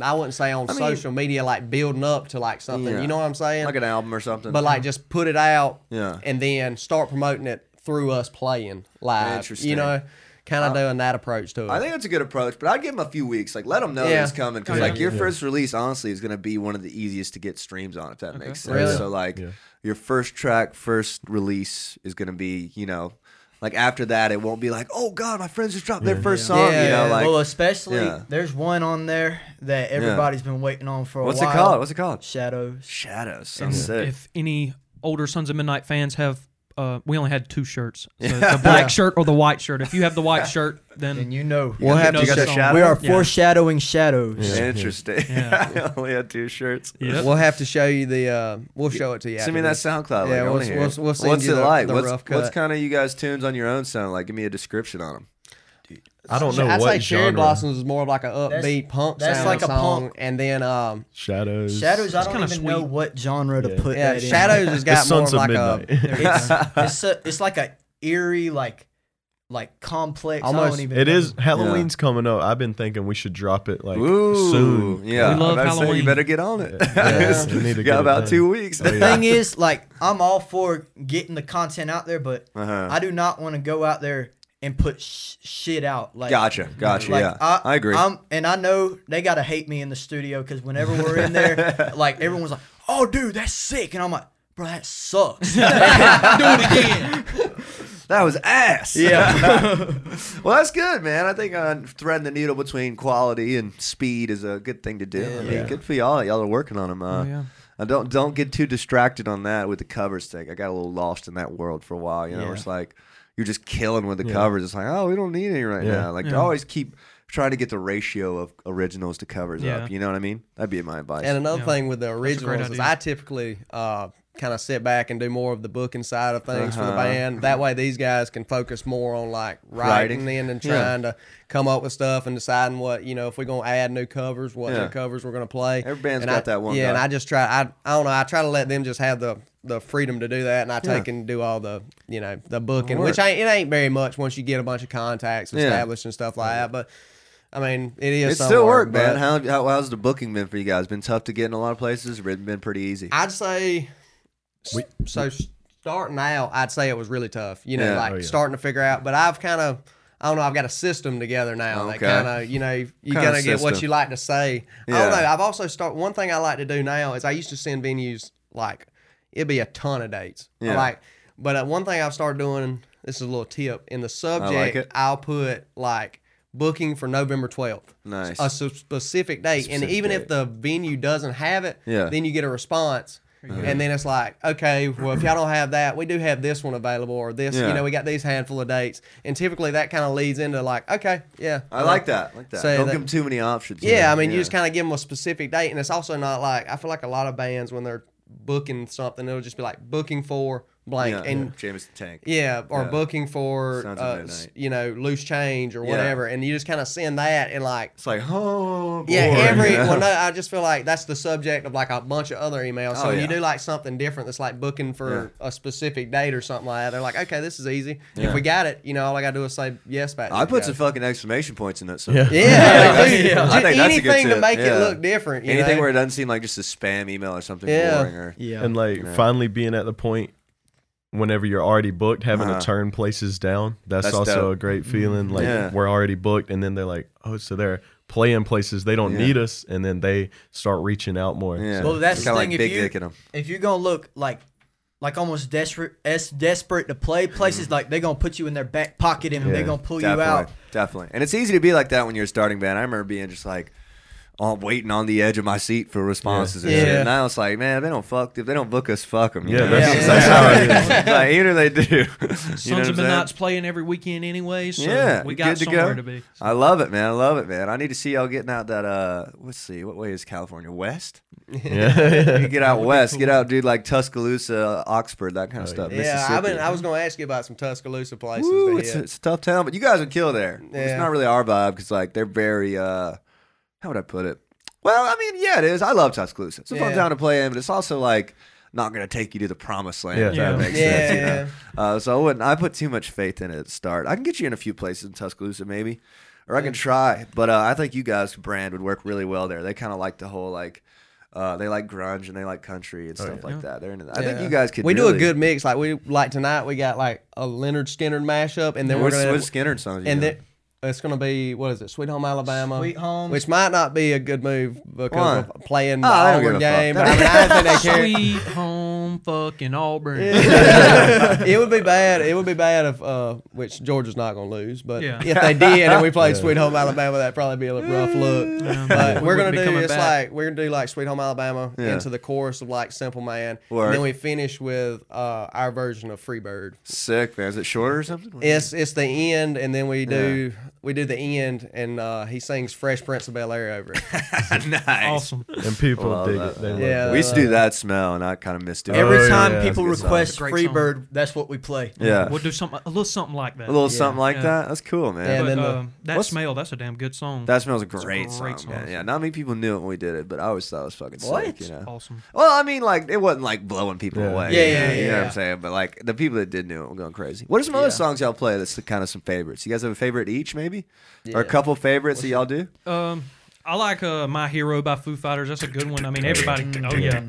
S1: I wouldn't say on social media, like building up to like something.
S2: Yeah.
S1: You know what I'm saying?
S2: Like an album or something?
S1: but like just put it out,
S2: Yeah.
S1: and then start promoting it through us playing live.
S2: Interesting.
S1: You know, kind of doing that approach to it.
S2: I think that's a good approach, but I'd give them a few weeks. Like, let them know
S1: Yeah.
S2: it's coming. Because,
S5: Oh, yeah.
S2: like, your first release, honestly, is going to be one of the easiest to get streams on, if that makes sense.
S1: Really?
S2: So, like,
S3: Yeah.
S2: your first track, first release is going to be, you know, like, after that, it won't be like, oh, God, my friends just dropped their first song.
S1: Yeah.
S2: You know,
S1: Yeah.
S2: like,
S4: well, especially
S2: yeah.
S4: there's one on there that everybody's been waiting on for a
S2: what's it
S4: while.
S2: called? What's it called?
S4: Shadows.
S2: Shadows.
S5: And
S2: Sounds sick.
S5: if any older Sons of Midnight fans have, uh, we only had two shirts: so the black shirt or the white shirt. If you have the white shirt, then
S4: And you know,
S1: we'll
S2: you
S1: have
S2: know
S1: to
S2: got
S1: get
S2: the shadow?
S4: we are
S5: Yeah.
S4: foreshadowing shadows.
S3: Yeah.
S2: Interesting.
S5: Yeah.
S2: I only had two shirts.
S5: Yep.
S1: We'll have to show you the. Uh, we'll show it to you.
S2: Send me
S1: after
S2: that
S1: this. Yeah,
S2: SoundCloud. link. I
S1: we'll-
S2: wanna hear it.
S1: we'll- we'll send
S2: What's
S1: you
S2: it
S1: the-
S2: like?
S1: the
S2: what's
S1: rough
S2: what's
S1: cut.
S2: kind of you guys' tunes on your own sound like? Give me a description on them.
S3: I don't know
S1: I'd
S3: what
S1: say Cherry
S3: genre.
S1: Blossoms is more of like an upbeat punk
S4: that's
S1: sound
S4: like a
S1: song,
S4: punk.
S1: and then um,
S3: Shadows.
S4: Shadows. I
S5: It's
S4: don't
S5: kinda
S4: even know
S5: sweet.
S4: what genre to
S3: Yeah.
S4: put
S1: yeah,
S4: that in.
S1: Shadows has
S3: The
S1: got more of
S3: Sons of
S1: like a
S3: Midnight.
S4: It's it's, a, it's like a eerie, like like complex. I
S1: Almost-
S4: don't even.
S3: It
S4: know.
S3: is Halloween's coming up. I've been thinking we should drop it like
S2: Ooh,
S3: soon.
S2: yeah.
S5: We love
S2: I was about to say, you
S5: Halloween.
S2: better get on it.
S3: Yeah. We need to
S2: you
S3: get
S2: got
S3: it
S2: about
S3: done.
S2: two weeks.
S3: Oh, yeah.
S4: Thing is, like, I'm all for getting the content out there, but
S2: Uh-huh.
S4: I do not want to go out there and put sh- shit out. Like,
S2: Gotcha, gotcha.
S4: like,
S2: yeah, I, agree.
S4: I'm, and I know they gotta hate me in the studio because whenever we're in there, like everyone's like, "Oh, dude, that's sick," and I'm like, "Bro, that sucks."
S2: that was ass.
S4: yeah,
S2: Well, that's good, man. I think uh, threading the needle between quality and speed is a good thing to do. I mean,
S3: Yeah.
S2: good for y'all. Y'all are working on them. Uh,
S5: Oh, yeah.
S2: I don't don't get too distracted on that with the covers thing. I got a little lost in that world for a while. You know,
S4: Yeah.
S2: it's like you're just killing with the covers. It's like, oh, we don't need any right
S3: Yeah.
S2: now. Like to always keep trying to get the ratio of originals to covers
S5: Yeah.
S2: up. You know what I mean? That'd be my advice.
S1: And another
S5: Yeah.
S1: thing with the
S5: That's a great
S1: originals is
S5: idea.
S1: I typically uh, kind of sit back and do more of the booking side of things for the
S2: Uh-huh.
S1: band. That way, these guys can focus more on like writing,
S2: Writing.
S1: then and
S2: Yeah.
S1: trying to come up with stuff and deciding what you know if we're gonna add new covers, what
S2: Yeah.
S1: new covers we're gonna play.
S2: Every band's
S1: And
S2: got
S1: I-
S2: that one
S1: Yeah, and
S2: guy.
S1: I just try. I I don't know. I try to let them just have the the freedom to do that, and I take and do all the you know the booking,
S2: Work.
S1: which ain't it ain't very much once you get a bunch of contacts
S2: Yeah.
S1: established and stuff like that, but. I mean, it is.
S2: it's
S1: some
S2: still work,
S1: but-
S2: man. How, how how's the booking been for you guys? Been tough to get in a lot of places. Or been been pretty easy.
S1: I'd say so. Starting out, I'd say it was really tough. You know,
S2: Yeah.
S1: like
S3: Oh, yeah.
S1: starting to figure out. But I've kind of, I don't know. I've got a system together now. That
S2: Okay.
S1: kind of, you know, you
S2: Kinda
S1: kind of get what
S2: system.
S1: you like to say. I
S2: Yeah.
S1: don't know. I've also start one thing I like to do now is I used to send venues like it'd be a ton of dates.
S2: Yeah.
S1: Like, but uh, one thing I've started doing. This is a little tip in the subject.
S2: it.
S1: I'll put like booking for November twelfth
S2: Nice.
S1: a s- specific date, and
S2: Specific
S1: even
S2: date.
S1: if the venue doesn't have it,
S2: Yeah.
S1: then you get a response, and then it's like, okay, well, if y'all don't have that, we do have this one available, or this,
S2: Yeah.
S1: you know, we got these handful of dates, and typically that kind of leads into like, okay, yeah,
S2: I like that. I like that.
S1: Say
S2: Don't
S1: that-
S2: give them too many options.
S1: yeah, I mean, you just kind of give them a specific date, and it's also not like I feel like a lot of bands when they're booking something, it'll just be like booking for blank
S2: yeah,
S1: and
S2: yeah. James the Tank.
S1: yeah, or
S2: Yeah.
S1: booking for
S2: Sounds
S1: uh,
S2: of
S1: s-
S2: Midnight.
S1: you know loose change or
S2: Yeah.
S1: whatever, and you just kind of send that and like
S2: It's like, oh,
S1: yeah,
S2: boy.
S1: every well no, I just feel like that's the subject of like a bunch of other emails. So
S2: Oh,
S1: when you
S2: yeah.
S1: do like something different that's like booking for a specific date or something like that, they're like, okay, this is easy.
S2: Yeah.
S1: If we got it, you know, all I gotta do is say yes back.
S2: I
S1: to you
S2: put
S1: guys.
S2: some fucking exclamation points in that.
S3: Yeah.
S1: yeah,
S2: I
S1: like,
S2: think
S1: dude,
S2: that's-
S1: just
S2: I think that's a good
S1: anything to
S2: tip.
S1: make
S2: Yeah.
S1: it look different. You
S2: Anything
S1: know?
S2: where it doesn't seem like just a spam email or something
S1: Yeah.
S2: boring or
S4: Yeah.
S3: and like
S2: Yeah.
S3: finally being at the point whenever you're already booked having
S2: Uh-huh.
S3: to turn places down that's,
S2: That's
S3: also
S2: dope.
S3: a great feeling like
S2: Yeah.
S3: we're already booked and then they're like oh so they're playing places they don't
S2: Yeah.
S3: need us and then they start reaching out more
S2: yeah.
S4: Well, that's
S2: It's
S4: the
S2: kinda
S4: thing,
S2: Like
S4: if
S2: big
S4: you-
S2: dick in 'em.
S4: if you're gonna look like like almost desperate as desperate to play places like they're gonna put you in their back pocket and they're
S3: Yeah,
S4: gonna pull
S2: Mm-hmm. definitely,
S4: you out
S2: Definitely. And it's easy to be like that when you're a starting band. I remember being just like on waiting on the edge of my seat for responses and
S1: Yeah.
S2: shit.
S1: Yeah.
S2: And now it's like, man, if they don't fuck, if they don't book us, fuck them.
S3: Yeah,
S4: that's- that's
S3: how
S2: like, even if they do,
S5: Sons
S2: you know what I'm
S5: of
S2: saying?
S5: Midnight's playing every weekend anyway, so
S2: yeah,
S5: we
S2: you're
S5: got
S2: good to
S5: somewhere
S2: go.
S5: to be.
S2: I love it, man. I love it, man. I need to see y'all getting out that. uh Let's see, what way is California? West? You
S3: yeah
S2: get out west. Get out, dude. Like Tuscaloosa, Oxford, that
S5: Oh,
S2: kind of stuff.
S1: Yeah, I've been. I was gonna ask you about some Tuscaloosa places.
S2: Woo,
S1: to
S2: it's,
S1: hit.
S2: it's a tough town, but you guys would kill there. It's
S1: Yeah.
S2: not really our vibe because like they're very uh how would I put it? Well, I mean, yeah, it is. I love Tuscaloosa. It's a fun
S1: Yeah.
S2: town to play in, but it's also like not gonna take you to the promised land. If
S3: Yeah.
S2: that
S5: Yeah.
S2: makes
S1: Yeah,
S2: sense. you know? Uh, so I wouldn't. I put too much faith in it at the start. I can get you in a few places in Tuscaloosa, maybe, or I can try. But uh, I think you guys' brand would work really well there. They kind of like the whole like. Uh, they like grunge and they like country and stuff like that. They're into that. I think
S1: Yeah.
S2: you guys could.
S1: We do
S2: really-
S1: a good mix. Like we like tonight, we got like a Leonard Skinner mashup, and then we're
S2: What's,
S1: gonna
S2: what's Skinner songs? you
S1: and
S2: know?
S1: then it's gonna be what is it? Sweet Home Alabama,
S4: Sweet Home.
S1: which might not be a good move
S2: Why?
S1: because of playing the
S2: Oh, I don't
S1: Auburn
S2: give a fuck.
S1: game. But I mean, I don't think they care.
S5: Sweet home fucking Auburn.
S1: it would be bad. It would be bad if uh, which Georgia's not gonna lose, but
S5: Yeah.
S1: if they did and we played Sweet Home Alabama, that'd probably be a rough look.
S5: Yeah.
S1: But
S5: We
S1: we're
S5: wouldn't
S1: gonna
S5: be
S1: do
S5: coming
S1: it's
S5: back.
S1: like we're gonna do like Sweet Home Alabama
S2: Yeah.
S1: into the chorus of like Simple Man,
S2: Word.
S1: and then we finish with uh, our version of Freebird.
S2: Sick, man. Is it shorter or something?
S1: It's it's the end, and then we do we do the end, and uh, he sings Fresh Prince of Bel Air over it.
S2: nice.
S5: Awesome.
S3: and people
S2: Love
S3: dig
S2: that.
S3: it they
S1: Yeah.
S3: love
S2: we used to do that smell, and I kind of missed it.
S4: every
S3: Oh,
S4: time
S3: yeah, that's
S4: people
S2: a good song.
S4: request
S5: Great song.
S4: freebird that's what we play
S2: yeah,
S5: We'll do something a little something like that.
S2: a little something like
S5: yeah.
S2: that. That's cool, man.
S1: Yeah, and
S5: But,
S1: then the-
S5: um, that
S2: what's-
S5: smell, that's a damn good song.
S2: that smells a great,
S5: a
S2: song,
S5: great
S2: man.
S5: song.
S2: Yeah, not many people knew it when we did it, but I always thought it was fucking sick.
S4: What?
S2: You know?
S5: awesome.
S2: Well, I mean, like it wasn't like blowing people
S3: Yeah.
S2: away.
S4: Yeah,
S2: you
S4: yeah,
S2: know? You know what
S4: yeah.
S2: I'm saying? But like the people that did knew it were going crazy. What are some other songs y'all play? That's the kind of some favorites. You guys have a favorite each, maybe, or a
S1: Yeah.
S2: couple favorites that y'all do?
S5: Um, I like uh, My Hero by Foo Fighters. That's a good one. I mean, everybody. Oh yeah,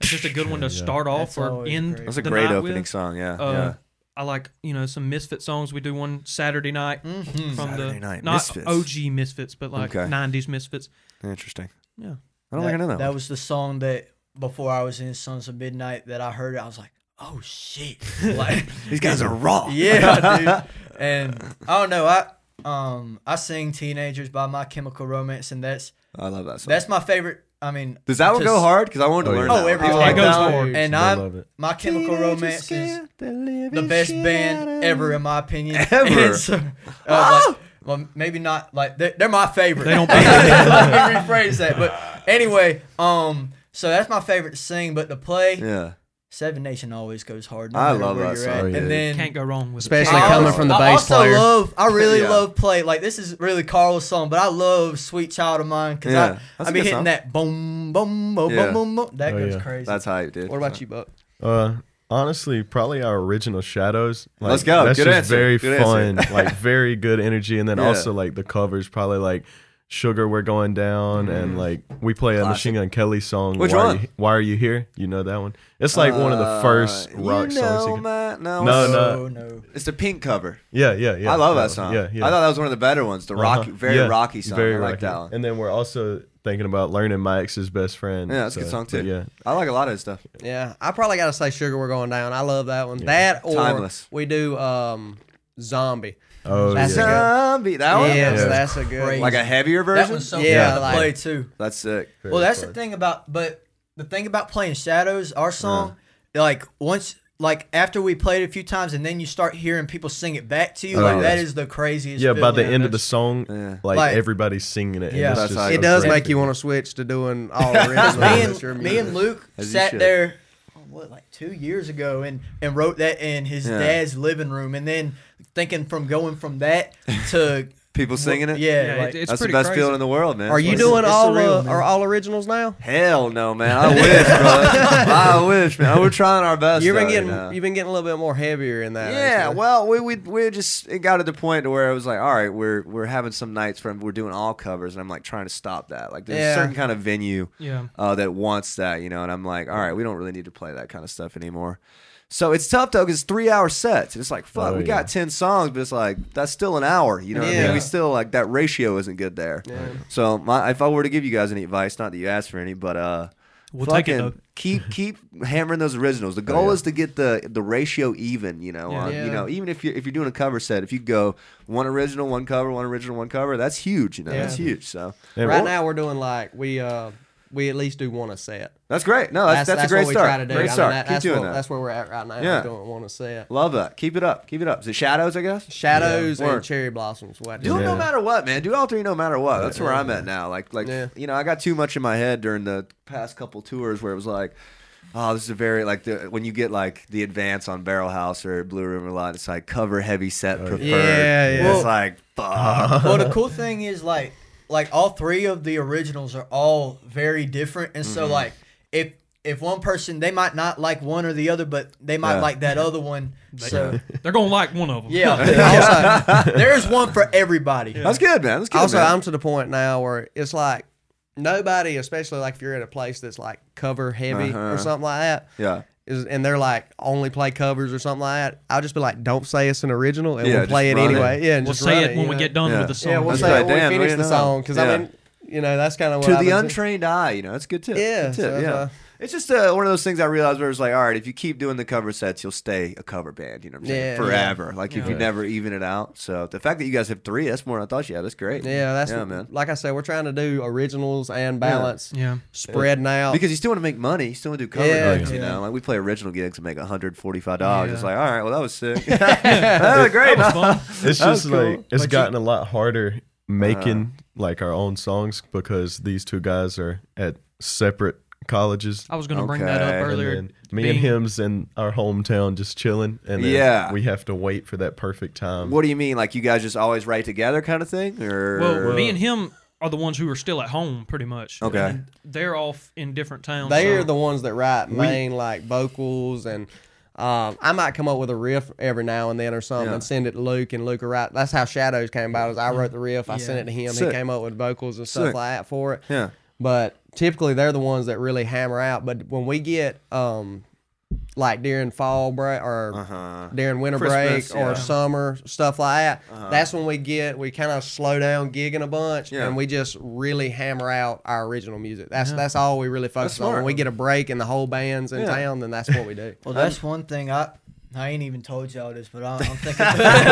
S5: it's just a good one to start off
S4: That's
S5: or
S4: always
S5: end.
S4: great.
S2: That's a
S5: the
S2: great
S5: night
S2: opening
S5: with.
S2: song. Yeah,
S5: Uh,
S2: yeah.
S5: I like you know some Misfit songs. We do one Saturday night from
S2: Saturday
S5: the
S2: night
S5: not
S2: Misfits.
S5: OG Misfits, but like
S2: Okay.
S5: '90s Misfits.
S2: Interesting.
S5: Yeah,
S2: I don't
S4: that,
S2: think I know that. one.
S4: was the song that before i was in sons of midnight that i heard it, i was like oh shit like
S2: These guys are raw.
S4: yeah dude and i don't know i um i sing teenagers by my chemical romance and that's
S2: I love that song.
S4: that's my favorite i mean
S2: Does that one
S4: to
S2: go
S4: s-
S2: hard? Because I wanted to
S3: Oh,
S2: learn.
S3: yeah.
S2: that
S4: oh
S2: one.
S4: every
S1: I
S4: time.
S1: like that one.
S4: and
S3: They
S4: i'm
S3: love it.
S4: my chemical romance is the
S2: the
S4: best band ever, in my opinion.
S2: Ever?
S4: And so, uh, like, well, maybe not like they're, they're my favorite. They don't. Let me rephrase that. But anyway, um, so that's my favorite to sing, but to play
S2: Yeah.
S4: Seven Nation always goes hard. No
S2: I
S4: matter
S2: love
S4: where
S2: that
S4: you're
S2: song, Oh,
S4: at.
S3: dude.
S4: And then
S5: can't go wrong with
S1: Especially
S4: I
S2: Like
S1: coming
S4: also-
S1: from the
S4: I
S1: bass
S4: also
S1: player.
S4: love. I really
S2: Yeah.
S4: love play. Like this is really Carl's song, but I love "Sweet Child of Mine" because
S2: Yeah,
S4: I
S2: that's
S4: I
S2: a
S4: be
S2: good
S4: hitting
S2: song.
S4: that boom, boom, boom,
S2: Yeah.
S4: boom, boom, boom. That
S3: Oh,
S4: goes
S3: yeah.
S4: crazy.
S2: That's hype, dude.
S1: What about you, Buck?
S3: Uh, honestly, probably our original shadows. Like,
S2: Let's go.
S3: That's
S2: Good
S3: just
S2: answer.
S3: very
S2: Good
S3: fun.
S2: answer.
S3: like very good energy, and then
S2: Yeah.
S3: also like the covers, probably like "Sugar We're Going Down," and like we play a Machine Gun Kelly song.
S2: Mm. Which
S3: Why Are
S2: one?
S3: you, Why Are You Here? You know that one. It's like one of the first
S2: Uh,
S3: rock
S2: you know
S3: songs. You can,
S2: my- no,
S3: No,
S2: it's-
S3: no.
S4: oh no.
S2: It's the pink cover.
S3: yeah, yeah, yeah.
S2: I love that
S3: Yeah,
S2: song.
S3: Yeah, yeah.
S2: I thought that was one of the better ones. The
S3: Uh-huh.
S2: rocky, very
S3: Yeah,
S2: rocky song.
S3: very
S2: I like
S3: rocky.
S2: that one.
S3: And then we're also thinking about learning my ex's best friend.
S2: Yeah, that's a
S3: so,
S2: good song
S3: but
S2: too.
S3: Yeah,
S2: I like a lot of his stuff.
S1: Yeah, I probably got to say Sugar We're Going Down. I love that one. That or
S2: Timeless.
S1: we do um, Zombie.
S3: oh
S1: That's
S3: yeah.
S1: a
S2: Zombie, that one.
S1: yes,
S3: Yeah.
S1: that's a good one.
S4: Crazy.
S2: Like a heavier
S4: That
S2: version.
S4: one's so
S1: Yeah,
S4: yeah, to
S1: like-
S4: play too.
S2: That's sick.
S3: Very
S4: Well, that's
S3: fun.
S4: the thing about, but the thing about playing Shadows, our song, like once, like after we played it a few times, and then you start hearing people sing it back to you,
S3: Oh,
S4: like
S3: yeah.
S4: that is the craziest.
S3: Yeah, by the
S4: feeling.
S3: end of the song,
S2: Yeah.
S3: like,
S4: Like-
S3: everybody's singing it. and
S4: Yeah.
S3: it's
S2: That's
S3: just
S2: how
S1: it
S3: so
S1: does
S3: great.
S1: make you want to switch to doing all original.
S4: me
S1: that's your
S4: and me and
S1: music.
S4: Luke
S2: As you
S4: sat
S2: should.
S4: there. oh, what like two years ago and and wrote that in his
S2: Yeah.
S4: dad's living room, and then thinking from going from that to
S2: People singing it.
S4: yeah,
S5: Yeah,
S4: like,
S5: it- it's
S2: that's the
S5: pretty
S2: best
S5: crazy.
S2: feeling in the world, man.
S1: Are you
S4: It's-
S1: doing
S4: it's
S1: all
S4: surreal,
S1: uh,
S4: man.
S1: are all originals now?
S2: Hell no, man. I wish, bro. I wish, man. We're trying our best.
S1: You've been
S2: though,
S1: getting
S2: you know.
S1: you've been getting a little bit more heavier in that.
S2: Yeah,
S1: actually.
S2: well, we we we just it got to the point to where it was like, all right, we're we're having some nights where we're doing all covers, and I'm like trying to stop that. Like, there's
S1: Yeah.
S2: a certain kind of venue,
S5: Yeah.
S2: uh, that wants that, you know. And I'm like, all right, we don't really need to play that kind of stuff anymore. So it's tough though, because three hour sets, and it's like, fuck,
S3: Oh,
S2: we got ten songs, but it's like that's still an hour, you know. What I
S1: Yeah.
S2: mean? We still like that ratio isn't good there. So my, if I were to give you guys any advice, not that you asked for any, but uh.
S5: We'll take
S2: fucking
S5: it, though. Oh,
S2: Keep keep hammering those originals. The goal is to get the the ratio even. You know,
S5: Yeah.
S2: on, you
S1: Yeah.
S2: know, even if you're if you're doing a cover set, if you go one original, one cover, one original, one cover, that's huge. You know, that's
S1: Yeah.
S2: huge. So
S3: And
S1: right
S3: what-
S1: now we're doing like we uh we at least do one a set.
S2: that's great. No, that's that's, a great
S1: what
S2: start.
S1: we try to do. I
S2: Great
S1: mean,
S2: start.
S1: that-
S2: keep
S1: that's
S2: doing
S1: what,
S2: that.
S1: That's where we're at right now.
S2: Yeah.
S1: We're doing one a set.
S2: Love that. Keep it up. Keep it up. Is it shadows? I guess.
S1: Shadows
S2: Word.
S1: and cherry blossoms. What?
S2: Do it no
S3: Yeah.
S2: matter what, man. Do all three no matter what. That's where I'm at now. Like, like
S1: Yeah.
S2: you know, I got too much in my head during the past couple tours where it was like, oh, this is a very like the when you get like the advance on Barrel House or Blue Room a lot, it's like cover heavy set preferred.
S1: Yeah,
S2: And
S1: yeah.
S2: It's like fuck.
S4: well, the cool thing is like like all three of the originals are all very different, and
S2: Mm-hmm.
S4: so like if if one person they might not like one or the other, but they might
S2: Yeah.
S4: like that other one. So
S5: They're gonna like one of them.
S4: yeah, also, there's one for everybody.
S2: That's good, man. That's good.
S1: also,
S2: man.
S1: I'm to the point now where it's like nobody, especially like if you're at a place that's like cover heavy
S2: Uh-huh.
S1: or something like that,
S2: yeah.
S1: is, and they're like only play covers or something like that. I'll just be like, don't say it's an original, and
S2: Yeah,
S1: we'll play it
S2: just run
S1: anyway.
S2: it.
S1: Yeah, and
S5: We'll
S1: just
S5: say
S1: run
S5: it when
S1: you
S5: we
S1: know?
S5: get done
S2: Yeah.
S5: with the song.
S1: Yeah, we'll
S2: That's
S1: say
S2: right.
S1: it when
S2: Damn,
S1: we
S2: we
S1: finish
S2: didn't
S1: the
S2: know.
S1: song because
S2: Yeah.
S1: I mean, you know, that's kind of what
S2: to
S1: I've
S2: the
S1: been-
S2: untrained eye, you know, that's a good tip.
S1: Yeah,
S2: Good tip,
S1: so,
S2: yeah.
S1: uh,
S2: it's just uh, one of those things I realized where it's like, all right, if you keep doing the cover sets, you'll stay a cover band, you know what I'm saying?
S1: Yeah.
S2: Forever. Like if you
S3: Yeah.
S2: never even it out. So the fact that you guys have three, that's more than I thought you had. That's great.
S1: Yeah, that's
S2: yeah, man.
S1: like I said, we're trying to do originals and balance,
S5: Yeah.
S1: spreading out.
S2: Because you still want to make money, you still want to do cover
S1: Yeah.
S2: gigs, you
S4: Yeah.
S2: know. Like we play original gigs and make $145. It's
S5: Yeah.
S2: like, all right, well that was sick. that was great.
S5: That was fun.
S3: it's
S2: That was
S3: just like
S2: cool.
S3: it's
S5: But you-
S3: gotten a lot harder making like our own songs because these two guys are at separate colleges.
S5: I was gonna bring that
S2: Okay.
S5: up
S2: And
S5: earlier.
S3: And then me and
S5: Oh, being-
S3: him's in our hometown just chilling, and then
S2: Yeah.
S3: we have to wait for that perfect time.
S2: What do you mean? Like you guys just always write together kind of thing? Or
S5: Well, me and him are the ones who are still at home, pretty much.
S2: Okay.
S5: And they're off in different towns.
S1: They
S5: so-
S1: are the ones that write main like vocals and um, I might come up with a riff every now and then or something
S2: Yeah.
S1: and send it to Luke and Luke will write. That's how Shadows came about. Is I wrote the riff, I sent it to him.
S2: Sick.
S1: He came up with vocals and stuff
S2: Sick.
S1: like that for it.
S2: Yeah.
S1: But typically they're the ones that really hammer out. But when we get um, like during fall break or
S2: Uh-huh.
S1: during winter
S2: Christmas,
S1: break or
S2: yeah.
S1: summer stuff like that. That's when we get we kind of slow down gigging a bunch
S2: Yeah.
S1: and we just really hammer out our original music. That's that's all we really focus on.
S2: smart.
S1: When we get a break and the whole band's in
S2: Yeah.
S1: town, then that's what we do.
S4: Well, that's one thing I I ain't even told y'all this, but I, I'm thinking.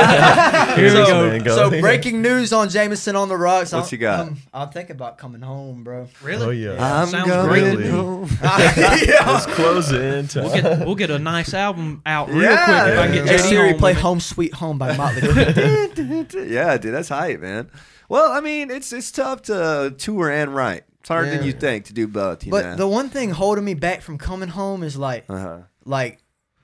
S3: Here
S4: so,
S3: we go, man, go.
S4: so breaking news on Jameson on the rocks.
S2: What
S4: I'm-
S2: you got?
S4: I'm, I'm thinking about coming home, bro.
S5: really.
S3: Oh, yeah.
S5: That
S2: I'm
S5: sounds
S2: going
S5: great to me.
S2: home.
S3: Let's close it in time.
S5: We'll get, we'll get a nice album out real
S2: Yeah,
S5: quick if I can get
S4: Hey
S5: Jenny
S4: Siri,
S5: home
S4: play
S5: with it.
S4: "Home Sweet Home" by Motley Crue.
S2: yeah, dude, that's hype, man. Well, I mean, it's it's tough to tour and write. It's harder than
S1: Yeah.
S2: you think to do both. You
S4: but
S2: know?
S4: the one thing holding me back from coming home is like,
S2: uh-huh.
S4: like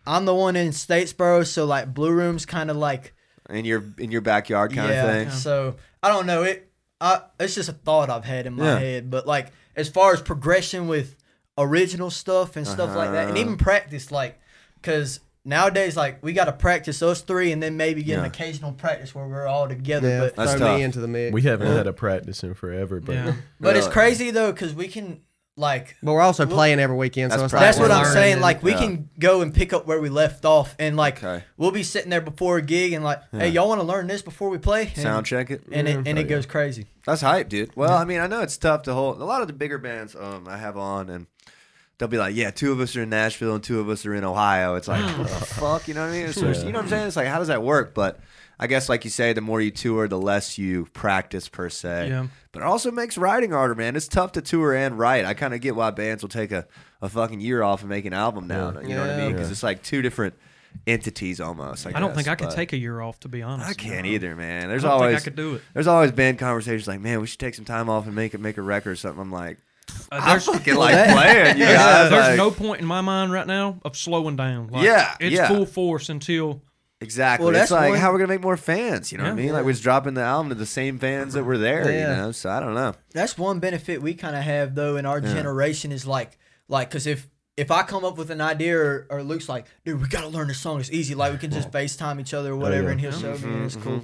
S4: I'm the one in Statesboro, so like Blue Room's kind of like
S2: in your in your backyard kind
S4: yeah.
S2: of thing.
S4: So I don't know it. I it's just a thought I've had in my
S2: Yeah.
S4: head, but like as far as progression with original stuff and stuff like
S2: Uh-huh.
S4: that, and even practice, like because nowadays like we got to practice us three, and then maybe get an
S2: Yeah.
S4: occasional practice where we're all together.
S1: Yeah,
S4: but
S2: That's
S1: throw
S2: tough.
S1: me into the mix.
S3: we haven't had a practice in forever, but
S5: Yeah.
S4: but it's
S2: Really?
S4: crazy though because we can like
S1: but we're also playing every weekend, so
S2: That's
S1: it's
S2: right.
S1: like
S4: That's
S1: we're
S4: what I'm
S1: learning
S4: saying.
S1: and-
S4: Like we
S2: Yeah.
S4: can go and pick up where we left off, and like
S2: Okay.
S4: we'll be sitting there before a gig, and like, hey, y'all want to learn this before we play? And,
S2: Sound check it.
S4: and it and it goes crazy.
S2: That's hype, dude. Well, I mean, I know it's tough to hold. A lot of the bigger bands um, I have on, and they'll be like, "Yeah, two of us are in Nashville and two of us are in Ohio." It's like,
S5: Oh.
S2: what the fuck? You know what I mean? It's- You know what I'm saying? It's like, how does that work? But I guess, like you say, the more you tour, the less you practice per se.
S5: Yeah.
S2: But it also makes writing harder, man. It's tough to tour and write. I kind of get why bands will take a, a fucking year off and make an album now. You know what I
S1: Yeah.
S2: mean? Because it's like two different entities almost. I,
S5: I don't think
S2: guess,
S5: I could
S2: but-
S5: take a year off, to be honest.
S2: I can't either, man. There's
S5: don't think I
S2: always
S5: could do it.
S2: There's always band conversations like, man, we should take some time off and make it make a record or something. I'm like,
S5: Uh,
S2: I
S5: there's
S2: fucking like playing, you guys.
S5: there's
S2: like-
S5: no point in my mind right now of slowing down. Like,
S2: Yeah,
S5: it's
S2: yeah.
S5: full force until
S2: Exactly.
S4: Well,
S2: it's
S4: that's
S2: like
S4: one-
S2: how we're gonna make more fans. You know what I
S5: Yeah.
S2: mean? Like we're just dropping the album to the same fans that were there.
S1: Yeah.
S2: You know, so I don't know.
S4: That's one benefit we kind of have though in our generation is like like because if if I come up with an idea or, or Luke's like, dude, we gotta learn this song. It's easy. Like we can just FaceTime each other or whatever,
S3: yeah.
S4: and he'll show me. and It's cool.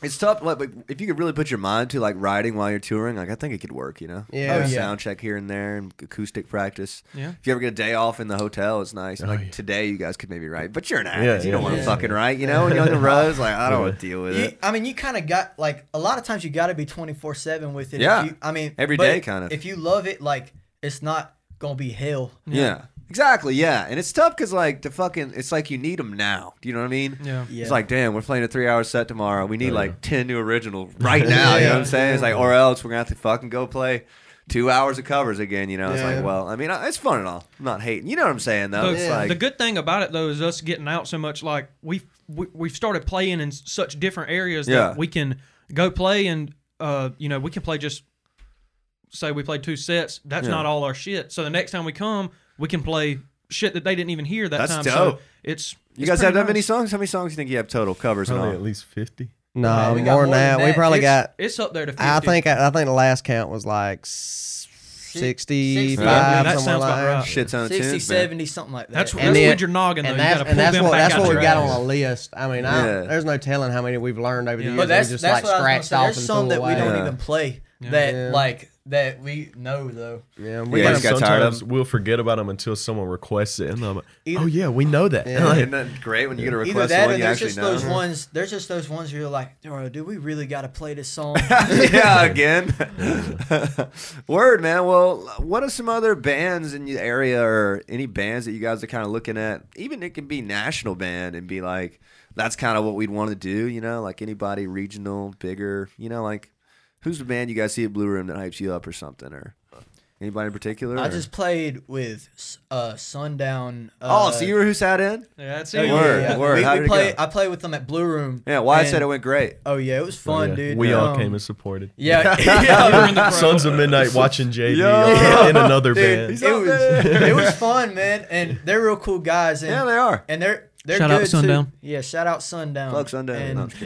S2: It's tough. Like, but if you could really put your mind to like writing while you're touring, like I think it could work. You know?
S1: Yeah.
S4: Oh, yeah.
S2: Sound check here and there, and acoustic practice.
S5: Yeah. Oh,
S2: If you ever get a day off in the hotel, it's nice. like
S3: yeah.
S2: today, you guys could maybe write, but you're an actor.
S3: Yeah,
S2: you
S3: yeah,
S2: don't want to
S3: yeah.
S2: fucking write. You know, when you're on the roads, like I don't want to deal with
S4: You,
S2: it.
S4: I mean, you kind of got like a lot of times you got to be twenty four seven with it.
S2: Yeah.
S4: If you, I mean,
S2: Every
S4: every
S2: day
S4: day
S2: kinda.
S4: If you love it, like it's not gonna be hell.
S2: Yeah. Exactly, yeah, and it's tough because like the fucking, it's like you need them now. Do you know what I mean?
S5: Yeah.
S4: Yeah. Oh,
S2: It's like, damn, we're playing a three-hour set tomorrow. We need like ten new originals right now. You know what I'm saying? It's like, or else we're gonna have to fucking go play two hours of covers again. You know? It's
S1: Yeah.
S2: like, well, I mean, I- it's fun and all. I'm not hating. You know what I'm saying? Though,
S5: the,
S2: it's
S5: the
S2: like,
S5: good thing about it though is us getting out so much. Like we've we, we've started playing in such different areas
S2: Yeah.
S5: that we can go play and uh you know we can play just say we played two sets. That's
S2: Yeah.
S5: not all our shit. So the next time we come, we can play shit that they didn't even hear that
S2: That's
S5: time.
S2: dope.
S5: So it's
S2: you
S5: it's
S2: guys have
S5: pretty
S2: that many
S5: nice.
S2: songs? How many songs do you think you have total covers and
S3: Probably at
S2: all?
S3: least fifty.
S1: No,
S4: Man, we got
S1: more
S4: more
S1: than that.
S4: than
S1: We
S4: that.
S1: probably
S5: it's,
S1: got.
S5: it's up there to 50.
S1: I think. I think the last count was like s- sixty-five.
S4: Yeah,
S5: that
S1: somewhere
S5: sounds about
S1: like
S5: right.
S2: Shit ton of
S4: 60,
S2: tunes, man.
S4: 70, something like that.
S5: that's
S1: And
S5: that's
S1: then-
S5: with your noggin though.
S1: And
S5: You
S1: that's,
S5: gotta
S1: and
S5: pull
S1: that's
S5: them
S1: what
S5: back
S1: that's
S5: out
S1: what
S5: your
S1: we got
S5: ass.
S1: on a list. I mean, I,
S2: Yeah.
S1: there's no telling how many we've learned over the
S5: Yeah.
S1: years.
S4: But that's
S1: we just like
S4: that's what I was
S1: scratched
S4: gonna
S1: off
S4: say. There's
S1: and
S4: some
S1: threw
S4: that we
S1: away.
S4: don't
S2: Yeah.
S4: even play
S5: Yeah.
S4: that
S1: Yeah.
S4: like that we know though.
S1: Yeah, we
S2: Yeah,
S1: got
S2: he's got tired of
S3: sometimes we'll forget about them until someone requests it, and I'm like,
S4: Either-
S3: oh yeah, we know that.
S1: Yeah.
S3: Like,
S2: Isn't that great when you get a
S4: Either
S2: request for
S4: that or
S2: one you
S4: there's
S2: actually
S4: just
S2: know?
S4: those ones. There's just those ones where you're like, "Bro, dude, we really got to play this song.
S2: yeah, again. Word, man. Well, what are some other bands in your area or any bands that you guys are kind of looking at? Even it can be national band and be like, that's kind of what we'd want to do, you know? Like anybody regional, bigger, you know, like who's the band you guys see at Blue Room that hypes you up or something or anybody in particular?
S4: I
S2: or-
S4: just played with uh, Sundown. Uh,
S2: Oh, so you were who sat in?
S5: Yeah, that's
S4: oh,
S5: it.
S4: yeah,
S2: Word,
S4: yeah.
S2: word.
S4: We,
S2: How
S4: we
S2: did it
S4: play-
S2: go?
S4: I played with them at Blue Room.
S2: Yeah, why I
S4: and-
S2: said it went great.
S4: Oh yeah, it was
S3: oh,
S4: fun,
S3: yeah.
S4: dude.
S3: We all
S4: Um,
S3: came and supported.
S4: Yeah,
S5: We were in the crowd.
S3: Sons of Midnight watching JD
S2: Yo.
S3: in another
S4: dude,
S3: band.
S4: it was it was fun, man. And they're real cool guys. And,
S2: Yeah, they are.
S4: And they're they're
S5: Shout out
S4: good
S5: Sundown.
S4: Too. Yeah, shout out Sundown.
S2: Fuck Sundown.
S4: And-
S2: No, I'm, just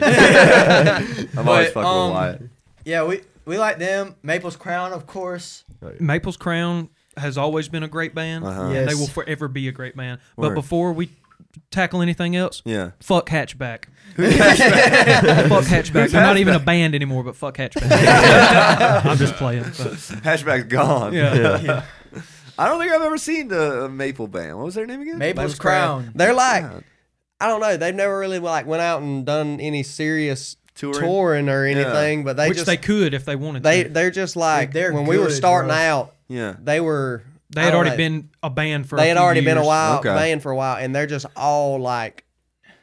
S2: kidding. I'm always
S4: But,
S2: fucking
S4: um,
S2: with Wyatt.
S4: Yeah, we we like them. Maple's Crown, of course.
S5: Maple's Crown has always been a great band.
S2: Uh-huh.
S5: and
S4: Yes.
S5: They will forever be a great band.
S2: Word.
S5: But before we tackle anything else,
S2: Yeah.
S5: fuck Hatchback. fuck Hatchback. They're not even a band anymore, but fuck Hatchback. I'm just playing. but-
S2: Hatchback's gone.
S5: yeah.
S4: Yeah.
S2: I don't think I've ever seen the uh, Maple Band. What was their name again?
S4: Maple's,
S1: Maple's
S4: Crown.
S1: Crown. They're like, I don't know. They've never really like went out and done any serious
S2: Touring?
S1: touring, or anything. But they
S5: Which
S1: just
S5: they could if they wanted
S1: they
S5: to.
S1: they're just like
S4: Dude, they're
S1: when we were
S4: good,
S1: starting
S4: bro.
S1: out,
S2: Yeah.
S1: they were
S5: They
S1: I
S5: had
S1: don't
S5: already
S1: know.
S5: been a band for a
S1: they had
S5: few
S1: already been a
S5: years.
S1: while
S2: Okay.
S1: band for a while, and they're just all like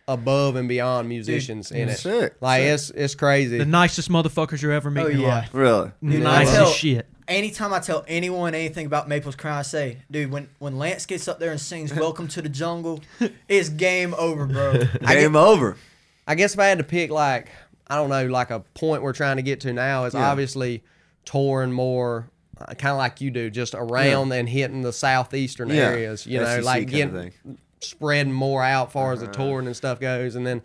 S1: above and beyond musicians in it.
S2: Sick.
S1: Like it's it's crazy.
S5: The nicest motherfuckers you'll ever meet
S4: Oh
S5: in your
S4: yeah.
S5: life.
S2: Really?
S4: Dude,
S5: Nice
S4: I tell-
S5: as shit.
S4: Anytime I tell anyone anything about Maple's Crown, I say, dude, when when Lance gets up there and sings "Welcome to the Jungle," it's game over, bro.
S2: Game over.
S1: I guess if I had to pick, like, I don't know, like a point we're trying to get to now is obviously touring more, uh, kind of like you do, just around and hitting the southeastern
S2: Yeah.
S1: areas, you know,
S2: SEC
S1: like
S2: kinda Uh-huh.
S1: getting spreading more out far as the touring and stuff goes, and then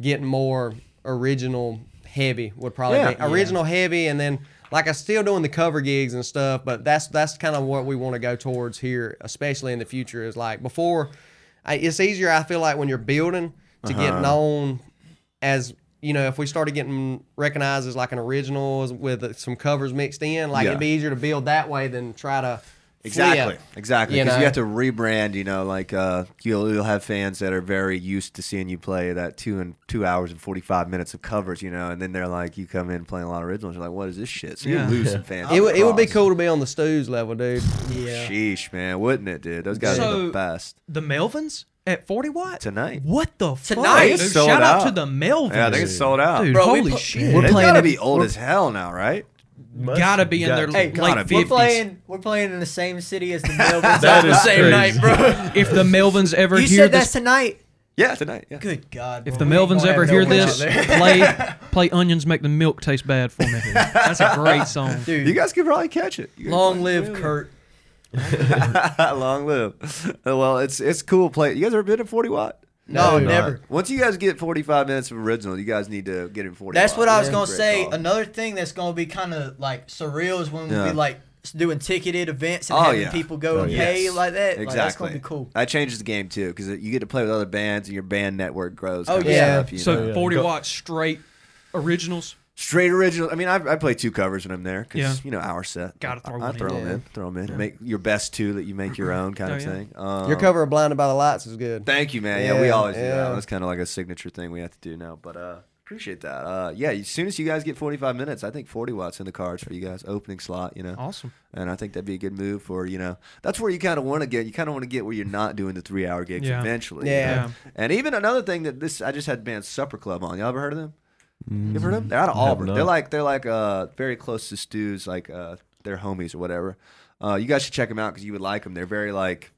S1: getting more original heavy would probably
S2: Yeah.
S1: be original heavy, and then. Like I'm still doing the cover gigs and stuff, but that's that's kind of what we want to go towards here, especially in the future. Is like before, I, it's easier. I feel like when you're building to
S2: Uh-huh.
S1: get known as you know, if we started getting recognized as like an original as- with uh, some covers mixed in, like
S2: Yeah.
S1: it'd be easier to build that way than try to
S2: Exactly.
S1: flip.
S2: Exactly.
S1: You
S2: Because you,
S1: know?
S2: have to rebrand, you know, like uh, you'll, you'll have fans that are very used to seeing you play that two and two hours and 45 minutes of covers, you know, and then they're like, you come in playing a lot of originals. You're like, what is this shit? So
S5: Yeah.
S2: you lose some fans.
S1: It would it would be
S2: across.
S1: cool to be on the stews level, dude.
S4: Yeah.
S2: Sheesh, man. Wouldn't it, dude? Those guys are the
S5: So-
S2: best.
S5: The Melvins at 40 Watt?
S2: Tonight.
S5: What the fuck?
S4: Tonight?
S5: dude?
S4: They
S2: sold
S5: Shout out
S2: out.
S5: to the Melvins.
S2: Yeah, I think it's sold out.
S5: Dude,
S4: Bro, we
S5: holy
S4: pl-
S5: shit.
S4: We're
S2: They're
S4: playing
S2: gotta
S4: in-
S2: be old as hell now, right?
S3: Must-
S5: gotta be in their
S3: got-
S5: l-
S4: Hey,
S5: late
S2: gotta be.
S5: 50s.
S4: we're playing. We're playing in the same city as the Melvins
S3: That
S4: on the
S3: is
S4: same
S3: crazy.
S4: night, bro.
S5: If the Melvins ever
S4: you
S5: hear
S4: said
S5: this
S4: that's tonight.
S2: Yeah, tonight. Yeah.
S4: Good God.
S5: If
S4: bro,
S5: the
S4: we ain't
S5: Melvins
S4: gonna
S5: ever
S4: have
S5: hear
S4: no
S5: this,
S4: wins out there.
S5: play play onions make the milk taste bad for me. That's a great song.
S4: dude,
S2: You guys could probably catch it. You guys
S4: long
S2: probably
S4: live
S2: will.
S4: Kurt.
S2: long live. Uh, Well, it's it's cool play. You guys ever been at 40 watt?
S4: No,
S3: not.
S4: never.
S2: Once you guys get 45 minutes of original, you guys need to get in 40.
S4: That's
S2: watt.
S4: what I was
S2: Yeah.
S4: gonna
S2: Great
S4: say.
S2: call.
S4: Another thing that's gonna be kind of like surreal is when we
S2: Yeah.
S4: be like s- doing ticketed events and
S2: Oh,
S4: having
S2: yeah.
S4: people go
S3: Oh,
S4: and
S3: yes.
S4: pay like that.
S2: Exactly.
S4: Like, that's gonna be cool.
S2: That changes the game too, because you get to play with other bands and your band network grows.
S4: Oh,
S2: kind of
S1: yeah.
S2: stuff, you
S5: So
S2: know?
S3: yeah.
S5: 40
S3: Go-
S5: watts straight originals.
S2: straight original. I mean, I, I play two covers when I'm there because
S5: Yeah.
S2: you know our set.
S5: Gotta throw
S2: I, I
S5: one in.
S2: throw them in. Throw them in. Make your best two that you make your own kind
S5: Oh,
S2: of
S5: yeah.
S2: thing. Um,
S1: Your cover of Blinded by the Lights is good.
S2: Thank you, man. Yeah, we
S1: Yeah,
S2: always do that.
S1: yeah.
S2: That's kind of like a signature thing we have to do now. But uh appreciate that. Uh yeah, as soon as you guys get 45 minutes, I think 40 watts in the cards for you guys opening slot, you know.
S5: Awesome.
S2: And I think that'd be a good move for, you know. That's where you kind of want to get. You kind of want to get where you're not doing the 3-hour gigs
S5: Yeah.
S2: eventually. you
S1: Yeah.
S2: know? And even another thing that this I just had band Supper Club on. Y'all ever heard of them? You ever heard
S5: Mm,
S2: of them? They're out of
S3: have
S2: Auburn.
S3: not.
S2: They're like they're like uh very close to Stu's like uh their homies or whatever. Uh, you guys should check them out because you would like them. They're very like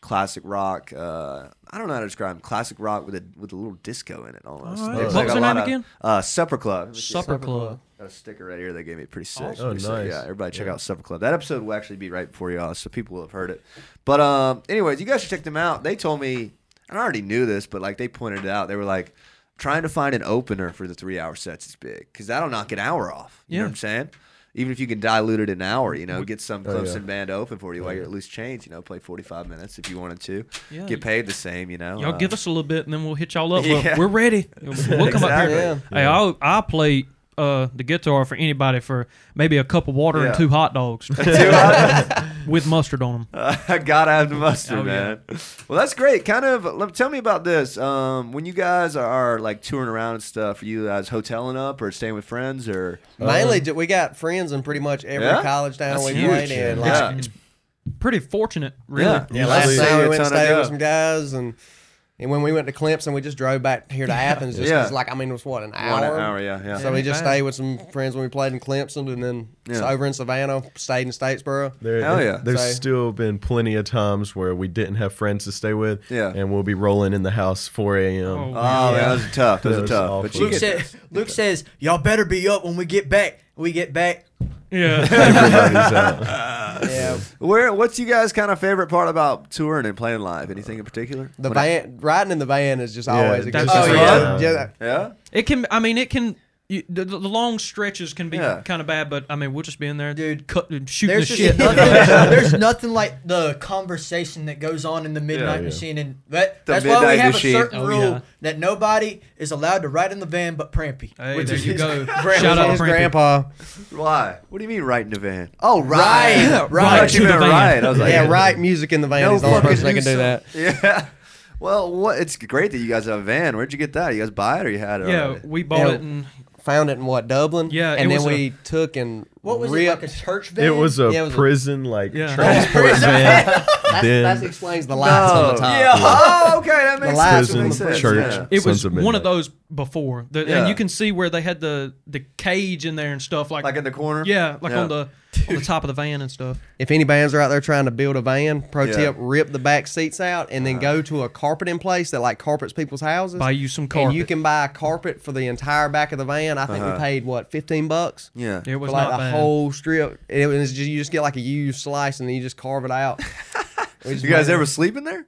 S2: classic rock. Uh, I don't know how to describe them. Classic rock with a with a little disco in it almost.
S5: All right.
S2: They
S5: What
S2: play
S5: was
S2: a
S5: their
S2: lot
S5: name
S2: of-
S5: again?
S2: Uh, Supper Club. Let me see.
S5: Oh. Supper Club.
S2: Got a sticker right here they gave me. Pretty sick.
S5: Awesome.
S2: Pretty
S3: Oh,
S2: sick.
S3: nice.
S2: Yeah, everybody check
S3: Yeah.
S2: out Supper Club. That episode will actually be right before y'all, so people will have heard it. But um, anyways, you guys should check them out. They told me, and I already knew this, but like they pointed it out. They were like, trying to find an opener for the three-hour sets is big because that'll knock an hour off. You know
S5: Yeah.
S2: what I'm saying? Even if you can dilute it an hour, you know, get some
S3: Oh, yeah.
S2: Clemson band open for you while you're at loose change. You know, play 45 minutes if you wanted to.
S5: Yeah,
S2: get
S5: y-
S2: paid the same. You know,
S5: Y'all
S2: Uh,
S5: give us a little bit and then we'll hit y'all up.
S2: Yeah.
S5: Well, we're ready. We'll come up
S2: Exactly.
S5: here. Hey, I'll, I'll play uh, the guitar for anybody for maybe a cup of water
S2: Yeah.
S5: and two hot dogs
S2: Two Uh, hours.
S5: with mustard on them.
S2: I gotta have the mustard,
S5: Oh, yeah.
S2: man. Well, that's great. Kind of. Let, tell me about this. Um, when you guys are, like touring around and stuff, are you guys hoteling up or staying with friends or?
S1: Mainly, ju- we got friends in pretty much every
S2: Yeah?
S1: college town
S2: That's
S1: we
S2: huge.
S1: played in. Like,
S2: Yeah.
S5: It's pretty fortunate, really.
S1: Yeah,
S2: I
S1: last
S2: see
S1: night
S2: a
S1: we went and
S2: ton of
S1: stayed
S2: guys.
S1: with some guys, and and when we went to Clemson, we just drove back here to Athens. Just 'cause,
S2: Yeah.
S1: like I mean, it was what an hour.
S2: One hour, yeah, yeah.
S1: So we just
S5: Bad.
S1: stayed with some friends when we played in Clemson, and then it's
S2: Yeah.
S1: over in Savannah, stayed in Statesboro.
S3: There,
S2: Hell yeah.
S3: There's
S1: So-
S3: still been plenty of times where we didn't have friends to stay with.
S2: Yeah.
S3: And we'll be rolling in the house 4 a.m.
S5: Oh.
S2: oh man, those are tough. Those
S3: That
S2: are
S3: was
S2: tough.
S3: awful.
S2: But you
S4: Luke
S2: get
S4: said, Luke says, y'all better be up when we get back. We get back.
S5: Yeah.
S3: Everybody's out.
S1: Yeah,
S2: where? What's you guys' kind of favorite part about touring and playing live? Anything in particular?
S1: the
S2: When I-
S1: van riding in the van is just always a good
S5: that's-
S1: time.
S2: Oh,
S3: yeah.
S1: yeah.
S2: yeah.
S5: it can, I mean, it can, you, the, the long stretches can be
S2: Yeah.
S5: kind of bad, but I mean, we'll just be in there,
S4: Dude,
S5: cut, shooting the
S4: There's
S5: shit.
S4: just nothing, there's nothing like the conversation that goes on in the midnight
S3: yeah.
S4: machine, and that,
S2: The
S4: that's why we
S2: midnight
S4: have
S2: machine.
S4: a certain
S5: Oh,
S4: rule
S5: yeah.
S4: that nobody is allowed to ride in the van but Prampy.
S5: Hey,
S4: which
S5: there
S4: is
S5: you
S4: his
S5: go.
S4: grandpa.
S5: Shout out
S1: His
S5: Prampy.
S1: grandpa.
S2: Why? What do you mean, right in the van? Oh, right,
S4: Ride,
S2: I
S5: ride
S2: thought you
S5: to the
S2: meant
S5: van.
S2: ride. I was like,
S1: yeah, right. Music in the van
S2: No
S1: is the only
S2: fucking
S1: person that can do that.
S2: Yeah. Well, what? It's great that you guys have a van. Where'd you get that? You guys buy it or you had it?
S5: Yeah,
S2: already?
S5: we bought
S1: Yeah.
S5: it and
S1: Found it in what Dublin?
S5: Yeah, it
S1: and then
S5: was a-
S1: we took and
S4: What was
S1: ripped.
S4: it like a church van?
S3: It was a
S1: Yeah, it was a-
S3: prison like
S5: Yeah.
S3: transport van. then
S1: That explains the lights on
S2: Oh.
S1: the top.
S4: Yeah.
S2: Oh, okay, that makes
S1: lights
S2: sense.
S1: on the
S2: That makes sense.
S3: church.
S2: yeah.
S5: It was
S3: Sons of
S5: one of
S3: Midnight.
S5: those before, the,
S2: Yeah.
S5: and you can see where they had the the cage in there and stuff like,
S2: Like in the corner.
S5: yeah, like
S2: Yeah.
S5: on the on the top of the van and stuff.
S1: If any bands are out there trying to build a van, pro
S2: Yeah.
S1: tip: rip the back seats out and then go to a carpeting place that like carpets people's houses.
S5: Buy you some
S1: And you
S5: carpet.
S1: can buy a carpet for the entire back of the van. I think we paid what fifteen bucks.
S2: Yeah.
S5: It was
S1: for like
S5: not
S1: the
S5: bad.
S1: whole strip. It was just you just get like a used slice and then you just carve it out. We just
S2: You guys
S1: made-
S2: ever sleep in there?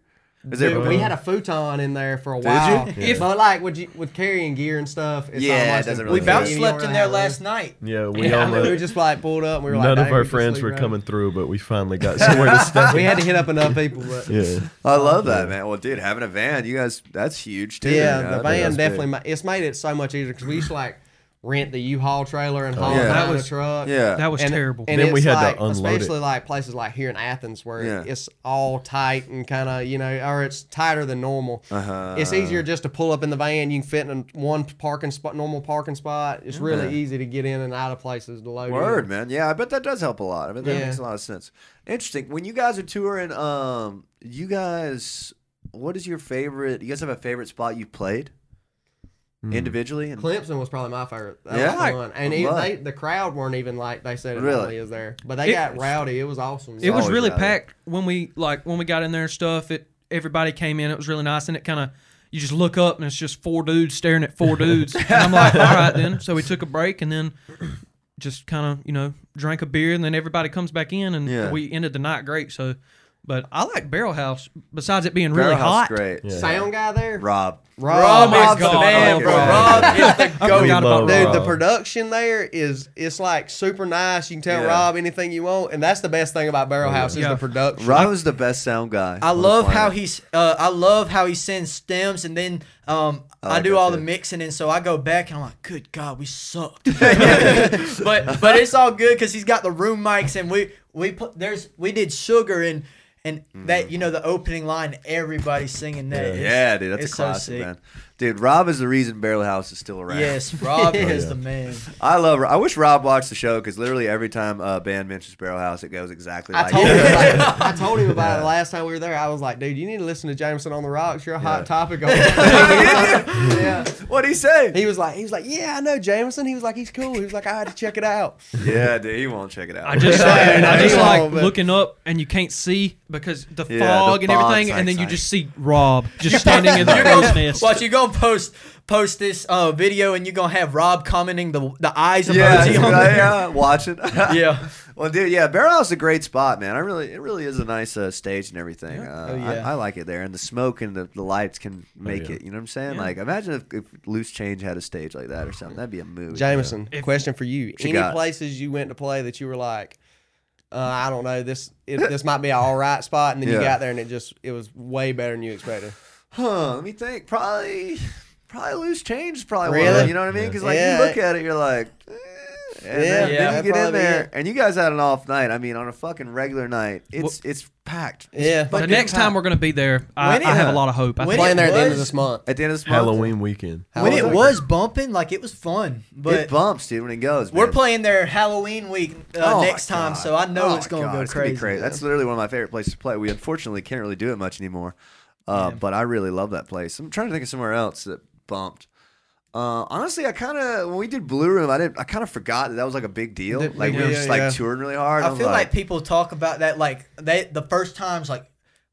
S2: Is there?
S1: Dude, we had a futon in there for a
S2: you?
S1: while.
S2: Yeah.
S5: If-
S1: but like with you, with carrying gear and stuff, it's
S2: Yeah, it
S1: almost
S2: doesn't
S1: impossible.
S4: we
S2: really
S4: about
S2: Yeah.
S4: slept in there last night.
S3: Yeah, we
S5: Yeah.
S1: I mean, we were
S3: almost.
S1: just like pulled up. and We were like,
S3: None of
S1: "Dang,
S3: our
S1: we can
S3: friends
S1: sleep
S3: were
S1: around."
S3: coming through, but we finally got somewhere to stay.
S1: We had to hit up enough people, but
S3: Yeah.
S2: I love that, man. Well, dude, having a van, you guys, that's huge too.
S1: Yeah,
S2: I
S1: the
S2: think
S1: van
S2: that's
S1: definitely.
S2: big.
S1: Ma- it's made it so much easier because we used to like rent the U-Haul trailer and haul
S2: yeah.
S1: it
S2: That
S1: behind
S5: was-
S1: the truck.
S2: Yeah.
S5: That was terrible.
S1: And
S3: Oh, Then we
S1: it's
S3: had to
S1: like,
S3: unload it.
S1: especially like places like here in Athens where
S2: Yeah.
S1: it's all tight and kind of you know, or it's tighter than normal.
S2: Uh-huh.
S1: It's easier just to pull up in the van. You can fit in one parking spot, normal parking spot. It's really
S2: Yeah.
S1: easy to get in and out of places to load.
S2: Word,
S1: in.
S2: man. Yeah, I bet that does help a lot. I bet that
S1: Yeah.
S2: makes a lot of sense. Interesting. When you guys are touring, um, you guys, what is your favorite? You guys have a favorite spot you played individually? And,
S1: Clemson was probably my favorite. That
S2: Yeah.
S1: was fun. And
S2: I
S1: even
S2: love
S1: they,
S2: it.
S1: the crowd weren't even like they said it
S2: Really? Oh,
S1: normally is there, but they
S5: It-
S1: got rowdy. It was awesome.
S5: It was
S2: always
S5: really
S2: rowdy.
S5: packed when we like when we got in there and stuff. It everybody came in. It was really nice, and it kind of you just look up and it's just four dudes staring at four dudes. And I'm like, all right then. So we took a break and then just kind of you know drank a beer and then everybody comes back in and
S2: Yeah.
S5: we ended the night great. So, but I like Barrel House besides it being really
S2: Barrel House
S5: hot.
S2: is great.
S1: Sound guy there,
S2: Rob.
S1: Rob,
S4: Rob is Oh, the
S5: Rob's the
S4: man,
S5: fucking
S4: bro.
S5: man.
S4: Rob is the
S5: I
S4: goat.
S5: forgot about
S3: Love
S5: that.
S3: Rob.
S1: Dude, the production there is it's like super nice. You can tell
S2: Yeah. Oh,
S1: Rob anything you want, and that's the best thing about Barrel House is
S5: Yeah.
S1: the production.
S2: Rob is the best sound guy.
S4: I
S2: on the
S4: love how
S2: planet.
S4: he's. Uh, I love how he sends stems, and then um, I,
S2: like
S4: do
S2: that
S4: all
S2: too.
S4: the mixing, and so I go back, and I'm like, "Good God, we sucked." but but it's all good because he's got the room mics, and we we put there's we did sugar and and that you know the opening line, everybody singing that. It's-
S2: Mm. Yeah, dude, that's a
S4: it's so
S2: classic,
S4: sick.
S2: man. Dude, Rob is the reason Barrel House is still around.
S4: Yes, Rob
S2: yeah.
S4: is the man.
S2: I love. I wish Rob watched the show because literally every time a band mentions Barrel House, it goes exactly
S1: I
S2: like
S1: told, him
S2: that.
S1: about, I told him about it last time we were there. I was like, dude, you need to listen to Jameson on the Rocks. You're a hot
S2: Yeah.
S1: topic. On yeah.
S2: What'd he say?
S1: He was like, he was like, yeah, I know Jameson. He was like, he's cool. He was like, I had to check it out.
S2: yeah, dude, he won't check it out.
S5: I just,
S1: Yeah,
S5: I
S1: yeah,
S5: just
S1: yeah.
S5: like
S1: Yeah.
S5: looking up and you can't see because the
S2: Yeah, the
S5: fog and
S2: fog's
S5: everything, and then you
S2: like-
S5: just see Rob just standing in the
S4: You're gonna-
S5: crow's nest.
S4: Watch, you gonna post post this uh, video, and you are gonna have Rob commenting the the eyes
S2: yeah,
S4: emoji on
S2: yeah,
S4: there.
S2: yeah, watch it.
S4: Yeah.
S2: Well, dude, yeah, Barrel House is a great spot, man. I really, it really is a nice uh, stage and everything. Uh,
S4: Oh, yeah.
S2: I, I like it there, and the smoke and the, the lights can make
S3: yeah.
S2: it. You know what I'm saying?
S5: Yeah.
S2: Like, imagine if, if Loose Change had a stage like that or something. That'd be a movie.
S1: Jameson,
S5: If-
S1: question for you.
S2: you
S1: Any
S2: got?
S1: places you went to play that you were like, uh, I don't know, this it, this might be an all right spot, and then you
S2: Yeah.
S1: got there and it just it was way better than you expected.
S2: Huh? Let me think. Probably, probably Loose Change is probably one. Of
S1: Really?
S2: them, you know what I mean? Because like
S1: Yeah.
S2: you look at it, you're like. eh, And
S1: Yeah,
S2: then,
S4: Yeah.
S2: then
S1: that'd
S2: you get in
S1: probably be
S2: there,
S1: it.
S2: and you guys had an off night. I mean, on a fucking regular night, it's it's packed. It's
S1: Yeah. The
S5: the
S2: fucking
S5: next time
S2: packed.
S5: we're gonna be there, I,
S4: When
S5: I have
S2: it-
S5: a lot of hope. I
S4: when
S5: think.
S1: Playing there at the end of
S4: was-
S1: this month.
S2: at the end of this month,
S3: Halloween weekend.
S1: How
S4: when
S1: was
S4: it
S1: it?
S4: was bumping, like it was fun, but
S2: it bumps, dude, when it goes.
S4: we're
S2: man.
S4: playing their Halloween week uh,
S2: Oh my
S4: next time,
S2: God.
S4: so I know
S2: Oh
S4: it's
S2: my
S4: gonna
S2: God,
S4: go
S2: it's
S4: crazy.
S2: be great. That's literally one of my favorite places to play. We unfortunately can't really do it much anymore, uh, but I really love that place. I'm trying to think of somewhere else that bumped. Uh, honestly, I kind of when we did Blue Room, I didn't. I kind of forgot that that was like a big deal.
S1: That-
S2: like we were
S1: yeah,
S2: just
S1: yeah.
S2: like touring really hard.
S4: I
S2: I'm
S4: feel like, people talk about that like they the first times like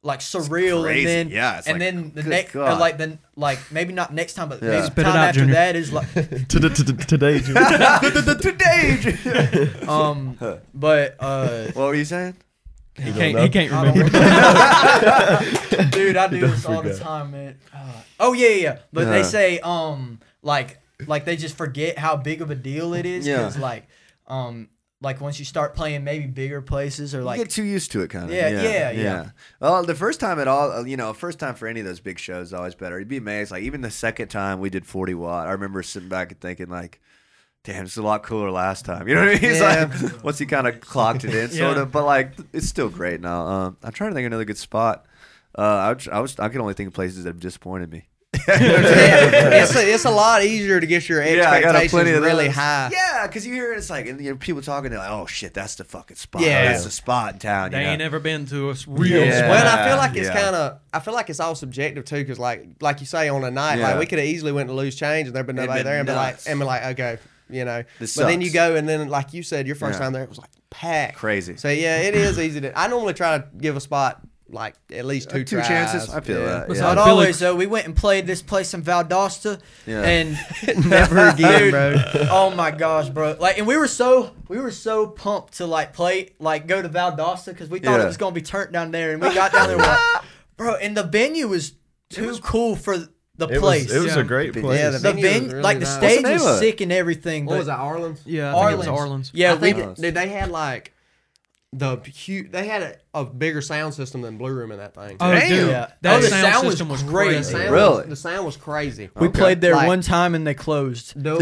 S4: like surreal,
S2: crazy.
S4: and then
S2: Yeah, it's
S4: and
S2: like,
S4: then the
S2: good
S4: next or,
S2: God.
S4: like then like maybe not next time, but
S2: Yeah.
S4: maybe
S5: Spit it
S4: time
S5: out,
S4: after
S5: Junior.
S4: that is like
S3: Today,
S2: today.
S4: um, but uh,
S2: what were you saying?
S5: he, can't, he can't remember.
S4: dude, I do
S3: Don't
S4: this all the
S3: forget.
S4: time, man. Ah. oh yeah, yeah, yeah. But
S2: Yeah.
S4: they say um like like they just forget how big of a deal it is
S2: Yeah.
S4: because like um like once you start playing maybe bigger places or
S2: you get
S4: like
S2: too used to it, kind of.
S4: Yeah, yeah, yeah.
S2: Well, the first time at all, uh, you know, first time for any of those big shows is always better. You'd be amazed. Like even the second time we did forty watt, I remember sitting back and thinking like. Damn, it's a lot cooler last time. You know what I mean? It's like once you kind of clocked it in, sort
S5: Yeah.
S2: of. But like, it's still great now. Um, I'm trying to think of another good spot. Uh, I, was- I was I can only think of places that have disappointed me.
S1: it's, a, it's a lot easier to get your expectations really
S2: those.
S1: high.
S2: Yeah, because you hear it, it's like, and you know, people talking, they're like, "Oh shit, that's the fucking spot.
S1: Yeah.
S2: that's the spot in town."
S5: They
S2: you know?
S5: ain't ever been to a s- real
S2: Yeah.
S5: spot.
S1: Well, and I feel like it's
S2: Uh, yeah.
S1: kind of, I feel like it's all subjective too, because like, like you say, on a night,
S2: Yeah.
S1: like we could have easily went to lose change, and there'd been
S2: It'd
S1: nobody
S2: been
S1: there, and
S2: nuts.
S1: be like, and be like, okay, you know.
S2: This
S1: but then
S2: sucks.
S1: you go, and then like you said, your first
S2: Yeah.
S1: time there, it was like packed,
S2: Crazy.
S1: So yeah, it is easy to. I normally try to give a spot like at least two,
S2: Uh, two
S1: tries.
S2: chances. I feel
S1: Yeah.
S2: that.
S5: Besides-
S4: not
S5: Billy-
S4: always though. We went and played this place in Valdosta,
S2: Yeah.
S4: and
S1: Never again,
S4: Dude.
S1: bro.
S4: oh my gosh, bro! Like, and we were so we were so pumped to like play like go to Valdosta because we thought
S2: Yeah.
S4: it was gonna be turned down there, and we got down there, we're like, bro. And the venue was too cool for the
S3: It
S4: place.
S3: was, it was
S5: Yeah.
S3: a great
S2: The
S3: place.
S1: venue
S4: the
S1: was
S4: venue,
S1: really
S4: like the
S1: nice.
S2: What's
S4: stage
S2: the
S4: was
S2: name of it?
S4: sick and everything.
S1: What
S4: but
S1: was that, Arlen's?
S5: yeah, I
S4: Arlen's.
S5: think it was Arlen's.
S4: Yeah,
S1: I think
S4: we.
S1: that- dude, they had like the hu They had a, a bigger sound system than Blue Room in that thing.
S5: Oh,
S2: Damn.
S5: dude,
S4: Yeah.
S5: that
S4: Oh, the
S5: sound,
S4: sound was
S5: system was
S4: great.
S1: The
S5: crazy.
S1: sound
S2: Really?
S1: was- the sound was crazy.
S4: We played there
S1: Like-
S4: one time and they closed.
S1: Dual,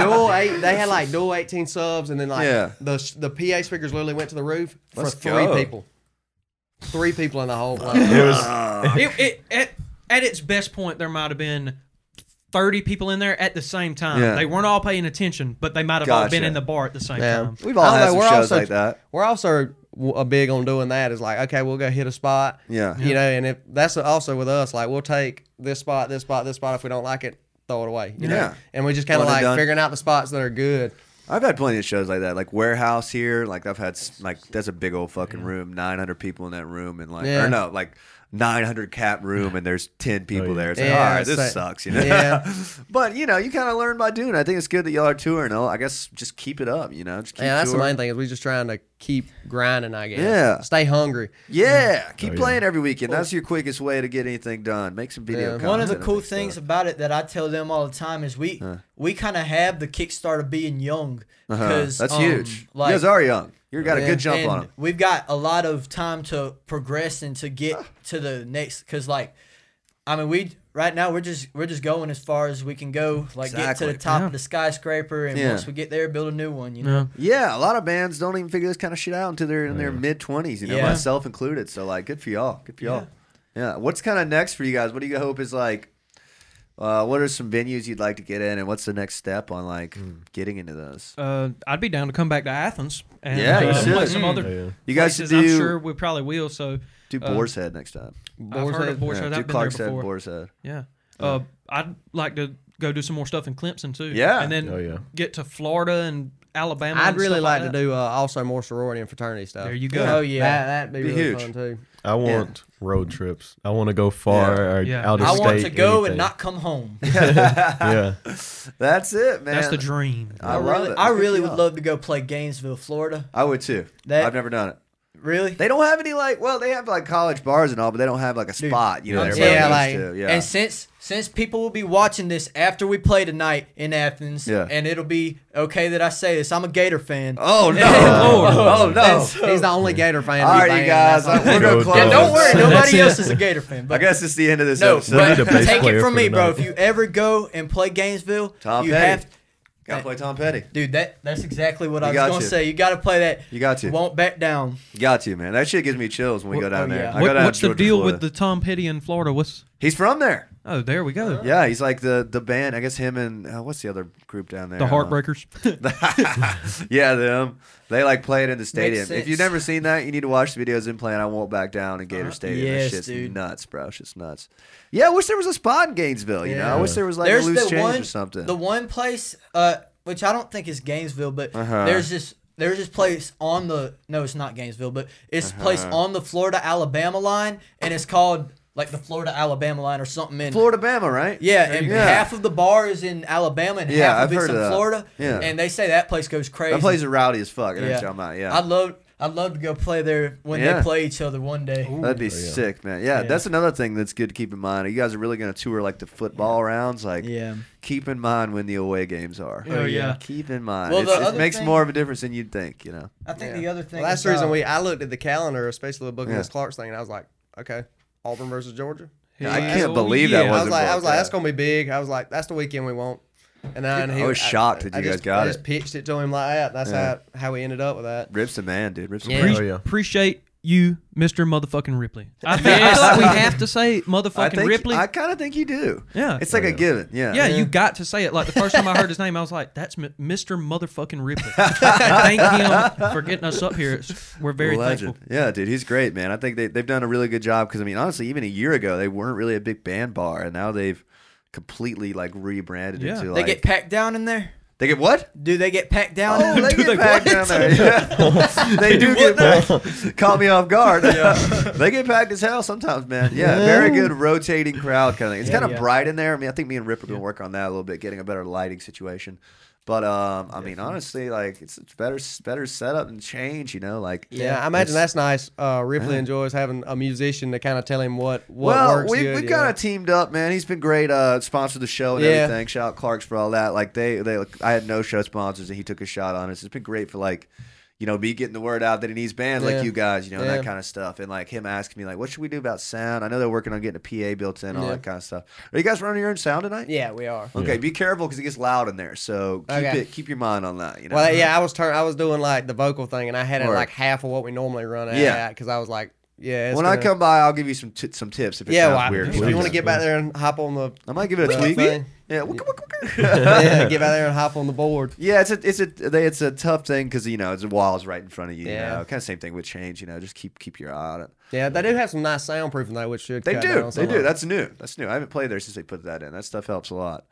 S1: dual eight. They had like dual eighteen subs, and then like
S2: Yeah.
S1: the the PA speakers literally went to the roof for
S2: Let's
S1: three
S2: go.
S1: people. Three people in the whole place.
S3: It was
S5: it, it, at, at its best point, there might have been 30 people in there at the same time.
S2: Yeah.
S5: They weren't all paying attention, but they might have all been
S2: Gotcha.
S5: in the bar at the same
S1: Yeah.
S5: time.
S2: We've all
S1: I don't
S2: had
S1: know,
S2: some
S1: we're
S2: shows
S1: also-
S2: like that.
S1: We're also w- a big on doing that. Is like, okay, we'll go hit a spot.
S2: Yeah.
S1: you know, and if that's also with us, like we'll take this spot, this spot, this spot. If we don't like it, throw it away. You know?
S2: Yeah.
S1: and we just kind of
S2: One and
S1: like
S2: done.
S1: figuring out the spots that are good.
S2: I've had plenty of shows like that, like Warehouse here. Like I've had s- like that's a big old fucking room, nine hundred people in that room, and like
S1: Yeah.
S2: or no, like 900 cap room and there's 10 people
S3: yeah.
S2: there. It's like,
S1: Yeah,
S2: all right,
S1: it's
S2: this
S1: like-
S2: sucks, you know.
S1: Yeah.
S2: but you know, you kind of learn by doing. it. I think it's good that y'all are touring. though. I guess just keep it up, you know. Just keep
S1: Yeah, that's the main
S2: touring.
S1: thing is we just trying to keep grinding. I guess.
S2: Yeah.
S1: Stay hungry.
S2: Yeah, keep
S3: Oh, yeah.
S2: playing every weekend. That's your quickest way to get anything done. Make some video.
S1: Yeah.
S2: content.
S4: One of the
S2: and
S4: cool
S2: stuff.
S4: things about it that I tell them all the time is we we kind of have the kickstart of being young
S2: Uh-huh.
S4: because
S2: that's
S4: um,
S2: huge.
S4: Like,
S2: you guys are young. You got a
S1: Yeah.
S2: good jump
S4: and
S2: on them.
S4: We've got a lot of time to progress and to get to the next because like I mean we right now we're just we're just going as far as we can go like get to
S2: Exactly.
S4: the top
S5: Yeah.
S4: of the skyscraper and
S2: Yeah.
S4: once we get there build a new one you know
S5: Yeah.
S2: Yeah, a lot of bands don't even figure this kind of shit out until they're in their mid twenties. You know,
S4: Yeah.
S2: myself included. So like, good for y'all. Good for y'all. Yeah. What's kind of next for you guys? What do you hope is like? Uh, what are some venues you'd like to get in, and what's the next step on like getting into those?
S5: Uh, I'd be down to come back to Athens and
S2: Yeah, you
S5: uh, play
S2: should.
S5: some
S3: Oh,
S5: other.
S3: yeah.
S2: You guys should
S5: places.
S2: do
S5: I'm sure we probably will. So
S2: do
S5: uh,
S2: Boar's Head next time.
S1: Boar's
S5: I've heard
S1: Head?
S5: of Boar's
S2: Yeah,
S5: Head.
S2: do
S5: I've been there
S2: Clark's Head,
S5: before.
S2: Boar's Head.
S5: Yeah. Uh, I'd like to go do some more stuff in Clemson too.
S2: Yeah.
S5: And then
S3: Oh, yeah.
S5: get to Florida and Alabama.
S1: I'd
S5: and
S1: really
S5: stuff
S1: like to
S5: that.
S1: do uh, also more sorority and fraternity stuff.
S5: There you go.
S4: oh yeah
S1: That, that'd be,
S2: Be
S1: really
S2: huge.
S1: fun too.
S3: I want road trips. I want to go far
S2: Yeah.
S3: or
S5: Yeah.
S3: out of
S4: I
S3: state.
S4: want to go
S3: anything.
S4: and not come home
S3: Yeah.
S2: That's it, man.
S5: That's the dream.
S2: I, love
S4: really
S2: it.
S4: I
S2: Good for
S4: really
S2: y'all.
S4: would love to go play Gainesville Florida
S2: I would too.
S4: That-
S2: I've never done it.
S4: really
S2: They don't have any like. Well, they have like college bars and all, but they don't have like a spot. You know,
S4: I'm
S2: that
S4: telling
S2: everybody
S1: you.
S2: goes to. yeah.
S4: And since since people will be watching this after we play tonight in Athens,
S2: Yeah.
S4: and it'll be okay that I say this. I'm a Gator fan.
S2: oh no!
S5: Lord.
S2: oh no!
S4: And so-
S1: He's the only Gator fan. in
S2: All
S1: the
S2: right, you
S1: band,
S2: guys.
S1: that's all.
S2: I, we're gonna
S3: Go
S2: close.
S4: yeah, don't worry.
S3: That's
S4: Nobody
S5: it.
S4: else is a Gator fan.
S2: I
S4: But
S2: guess it's the end of this
S4: no,
S2: episode.
S3: We need
S4: but
S3: a bass
S4: take it
S3: player
S4: from
S3: for
S4: me, bro.
S3: tonight.
S4: If you ever go and play Gainesville,
S2: Tom
S4: you
S2: Petty.
S4: have
S2: Gotta play Tom Petty.
S4: dude. That that's exactly what
S2: You
S4: I was
S2: got
S4: gonna
S2: to.
S4: say. You got to play that.
S2: You got to.
S4: Won't back down.
S2: Got you, man. That shit gives me chills when we go
S4: What-
S2: down
S4: oh,
S2: there.
S4: yeah.
S2: I go
S5: What,
S2: down
S5: what's
S2: to
S5: the
S2: Georgia,
S5: deal
S2: Florida.
S5: with the Tom Petty in Florida? What's
S2: He's from there.
S5: oh there we go.
S2: Yeah, he's like the the band. I guess him and uh, what's the other group down there?
S5: The
S2: Uh,
S5: Heartbreakers.
S2: yeah, them. They like play it in the stadium. If
S4: sense. Uh-huh.
S2: you've never seen that, you need to watch the videos in playing I Won't Back Down in Gator Stadium. that
S4: yes,
S2: shit's
S4: dude.
S2: nuts, bro. Shit's nuts. Yeah, I wish there was a spot in Gainesville, you know? I
S4: Yeah.
S2: wish there was like a loose change
S4: one,
S2: or something.
S4: The one place, uh, which I don't think is Gainesville, but
S2: Uh-huh.
S4: there's this there's this place on the no, it's not Gainesville, but it's a place
S2: Uh-huh.
S4: on the Florida Alabama line, and it's called like the Florida Alabama line or something in
S2: Florida Bama, right?
S4: Yeah, and
S2: you go.
S4: half of the bar is in Alabama and
S2: Yeah,
S4: half of
S2: I've
S4: it's
S2: heard
S4: in
S2: of that.
S4: Florida.
S2: Yeah.
S4: and they say that place goes crazy.
S2: That place is rowdy as fuck. Yeah. Out. yeah.
S4: I'd love I'd love to go play there when
S2: Yeah.
S4: they play each other one day.
S2: That'd be sick, man. Yeah,
S4: Yeah.
S2: that's another thing that's good to keep in mind. You guys are really going to tour like the football rounds. Like,
S4: Yeah.
S2: keep in mind when the away games are.
S5: Oh, yeah.
S2: Keep in mind.
S4: Well,
S2: It's-
S4: the
S2: it
S4: other
S2: makes
S4: thing-
S2: more of a difference than you'd think, you know?
S4: I think
S1: Yeah.
S4: the other thing uh,
S1: Well, that's the
S4: about-
S1: reason we. I looked at the calendar, especially the booking
S2: Yeah.
S1: this Clark's thing, and I was like, okay, Auburn versus Georgia.
S2: Yeah, I
S5: Hell
S2: can't believe that
S5: yeah.
S1: I was
S2: wasn't
S1: like, I
S2: booked,
S1: was like,
S2: yeah.
S1: that's gonna be big. I was like, that's the weekend we want. And then
S2: I
S1: he,
S2: was shocked that you guys
S1: just,
S2: got
S1: I
S2: it.
S1: just pitched it to him like that. That's
S2: Yeah.
S1: how how we ended up with that.
S2: Rips the man, dude. Rips the
S1: Yeah.
S2: man.
S5: Pre-
S3: Oh, yeah.
S5: Appreciate you, Mr. Motherfucking Ripley. I think I feel like we have to say
S2: I
S5: motherfucking
S2: think
S5: Ripley.
S2: I kind of think you do.
S5: Oh, Yeah.
S2: it's like a given. Yeah,
S5: yeah, you got to say it. Like the first time I heard his name, I was like, "That's M- Mr. Motherfucking Ripley." Thank him for getting us up here. It's- we're very
S2: Legend.
S5: thankful.
S2: Yeah, dude, he's great, man. I think they they've done a really good job because I mean, honestly, even a year ago they weren't really a big band bar, and now they've completely like rebranded
S5: Yeah.
S2: it to
S4: they
S2: like
S4: get packed down in there.
S2: they get what
S4: Do they get packed down?
S2: Oh, they
S5: Do
S2: get
S5: they
S2: packed
S5: what?
S2: down there. Yeah. they do get packed. Caught me off guard. they get packed as hell sometimes, man. Yeah, very good rotating crowd kind of thing. It's kind of
S4: yeah.
S2: bright in there. I mean, I think me and Rip are going to work on that a little bit, getting a better lighting situation. But um, I mean, honestly, like it's it's better better setup and change. You know, like
S1: Yeah, I imagine that's nice. Uh, Ripley enjoys having a musician to kind of tell him what what
S2: well,
S1: works
S2: we
S1: good.
S2: we
S1: yeah.
S2: kind of teamed up, man. He's been great. Uh, sponsored the show and
S1: Yeah.
S2: everything. Shout out Clark's for all that. Like they, they, like, I had no show sponsors, and he took a shot on us. It's been great for like, you know, me getting the word out that he needs bands
S1: Yeah.
S2: like you guys, you know, and
S1: Yeah.
S2: that kind of stuff. And like him asking me, like, what should we do about sound? I know they're working on getting a PA built in, all
S1: Yeah.
S2: that kind of stuff. Are you guys running your own sound tonight?
S1: yeah, we are.
S2: Okay, be careful because it gets loud in there. So keep
S1: Okay.
S2: it, keep your mind on that. You know.
S1: Well, yeah, I was turn, I was doing like the vocal thing, and I had it
S2: Word.
S1: like half of what we normally run at,
S2: Yeah.
S1: because I was like, yeah. It's
S2: When I
S1: gonna-
S2: come by, I'll give you some t- some tips if it
S1: yeah, well,
S2: sounds
S1: I-
S2: weird. or
S1: if you want to
S2: something.
S1: get back there and hop on the,
S2: I might give it a
S1: Yeah,
S2: tweak.
S1: thing.
S2: Yeah, wicka, wicka, wicka.
S1: yeah, get back there and hop on the board.
S2: Yeah, it's a it's a they, it's a tough thing because you know it's walls right in front of you.
S1: Yeah.
S2: You know? Kind of same thing with change. You know, just keep keep your eye on it.
S1: Yeah, they do have some nice soundproofing though, which should
S2: They
S1: cut down
S2: do,
S1: on
S2: they
S1: some
S2: do.
S1: of it.
S2: That's new. That's new. I haven't played there since they put that in. That stuff helps a lot.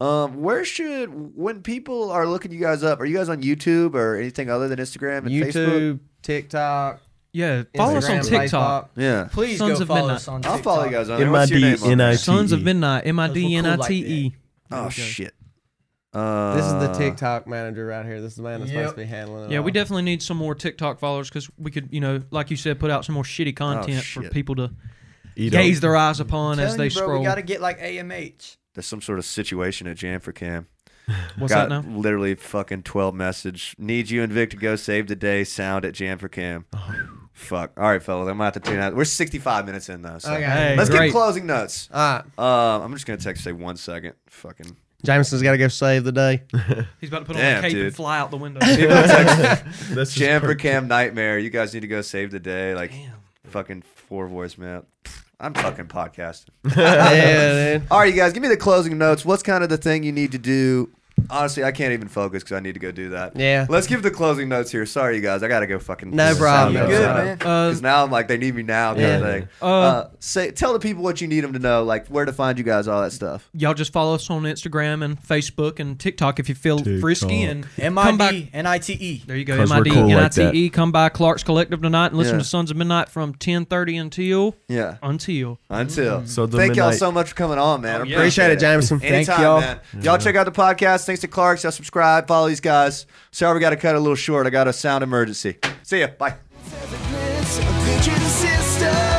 S2: Um, where should when people are looking you guys up? Are you guys on YouTube or anything other than Instagram and Facebook?
S1: YouTube, TikTok,
S5: Yeah, follow us on
S1: Instagram,
S5: TikTok.
S1: Facebook.
S2: Yeah.
S4: Please
S5: Sons
S4: go
S5: of
S4: follow
S5: Midnight.
S4: us on
S2: I'll
S4: TikTok.
S2: follow you guys on there.
S3: M I
S2: What's your
S3: D
S2: name on
S3: N I
S2: there?
S3: T
S5: Sons of
S3: E.
S5: Midnight. M I
S4: Those were
S5: D
S4: cool
S5: N I
S4: like
S5: T E.
S2: Oh, shit. Uh,
S1: This is the TikTok manager right here. This is the man that's supposed to be handling it.
S5: Yeah,
S1: all.
S5: we definitely need some more TikTok followers because we could, you know, like you said, put out some more shitty content for
S2: shit.
S5: people to
S3: Eat
S5: gaze
S3: up.
S5: their eyes upon
S4: Telling
S5: as they
S4: you, bro,
S5: scroll.
S4: we gotta get like AMH.
S2: There's some sort of situation at Jam for Cam.
S5: What's
S2: Got
S5: that now?
S2: literally fucking 12 message. Need you and Vic to go save the day. Sound at Jam for Cam. Fuck. All right, fellas. I'm going to have to tune out. We're 65 minutes in, though. So.
S1: Okay.
S5: Hey,
S2: Let's
S5: great.
S2: get closing notes.
S1: All right.
S2: Um, I'm just going to text, say one second. Fucking.
S1: Jameson's got to go save the day.
S5: He's about to put on
S2: Damn,
S5: a cape
S2: dude.
S5: and fly out the window.
S2: People text
S3: That's just
S2: Jam for
S3: perfect.
S2: Cam Nightmare. You guys need to go save the day. Like,
S5: Damn.
S2: fucking four voicemail. Pfft, I'm fucking podcasting.
S1: yeah, dude.
S2: All right, you guys, give me the closing notes. What's kind of the thing you need to do? Honestly, I can't even focus because I need to go do that.
S1: Yeah.
S2: Let's give the closing notes here. Sorry, you guys. I got to go fucking.
S1: No
S2: sound
S1: problem.
S2: notes
S1: You good,
S2: out.
S4: man?
S5: Uh,
S2: Because now I'm like, they need me now kind
S1: Yeah.
S2: of thing. Uh,
S5: Uh,
S2: say, tell the people what you need them to know, like where to find you guys, all that stuff.
S5: y'all just follow us on Instagram and Facebook and TikTok if you feel frisky and
S4: M
S5: come
S4: I
S5: back.
S4: D N I T E.
S5: There you go.
S3: 'Cause
S5: M
S3: we're
S5: I D
S3: cool
S5: N I
S3: like
S5: T
S3: that.
S5: E. Come by Clark's Collective tonight and listen
S2: Yeah.
S5: to Sons of Midnight from ten thirty until
S2: Yeah.
S5: until.
S2: Until.
S3: So the
S2: Thank y'all
S3: midnight-
S2: so much for coming on, man. I
S5: mm. Oh, yeah.
S1: Appreciate it, Jameson.
S2: Anytime,
S1: Thank y'all.
S2: man. Y'all check out the podcast. Thanks to Clarks. Y'all subscribe. Follow these guys. Sorry, we got to cut it a little short. I got a sound emergency. See ya. Bye.
S6: Glitz, a glitch in the system.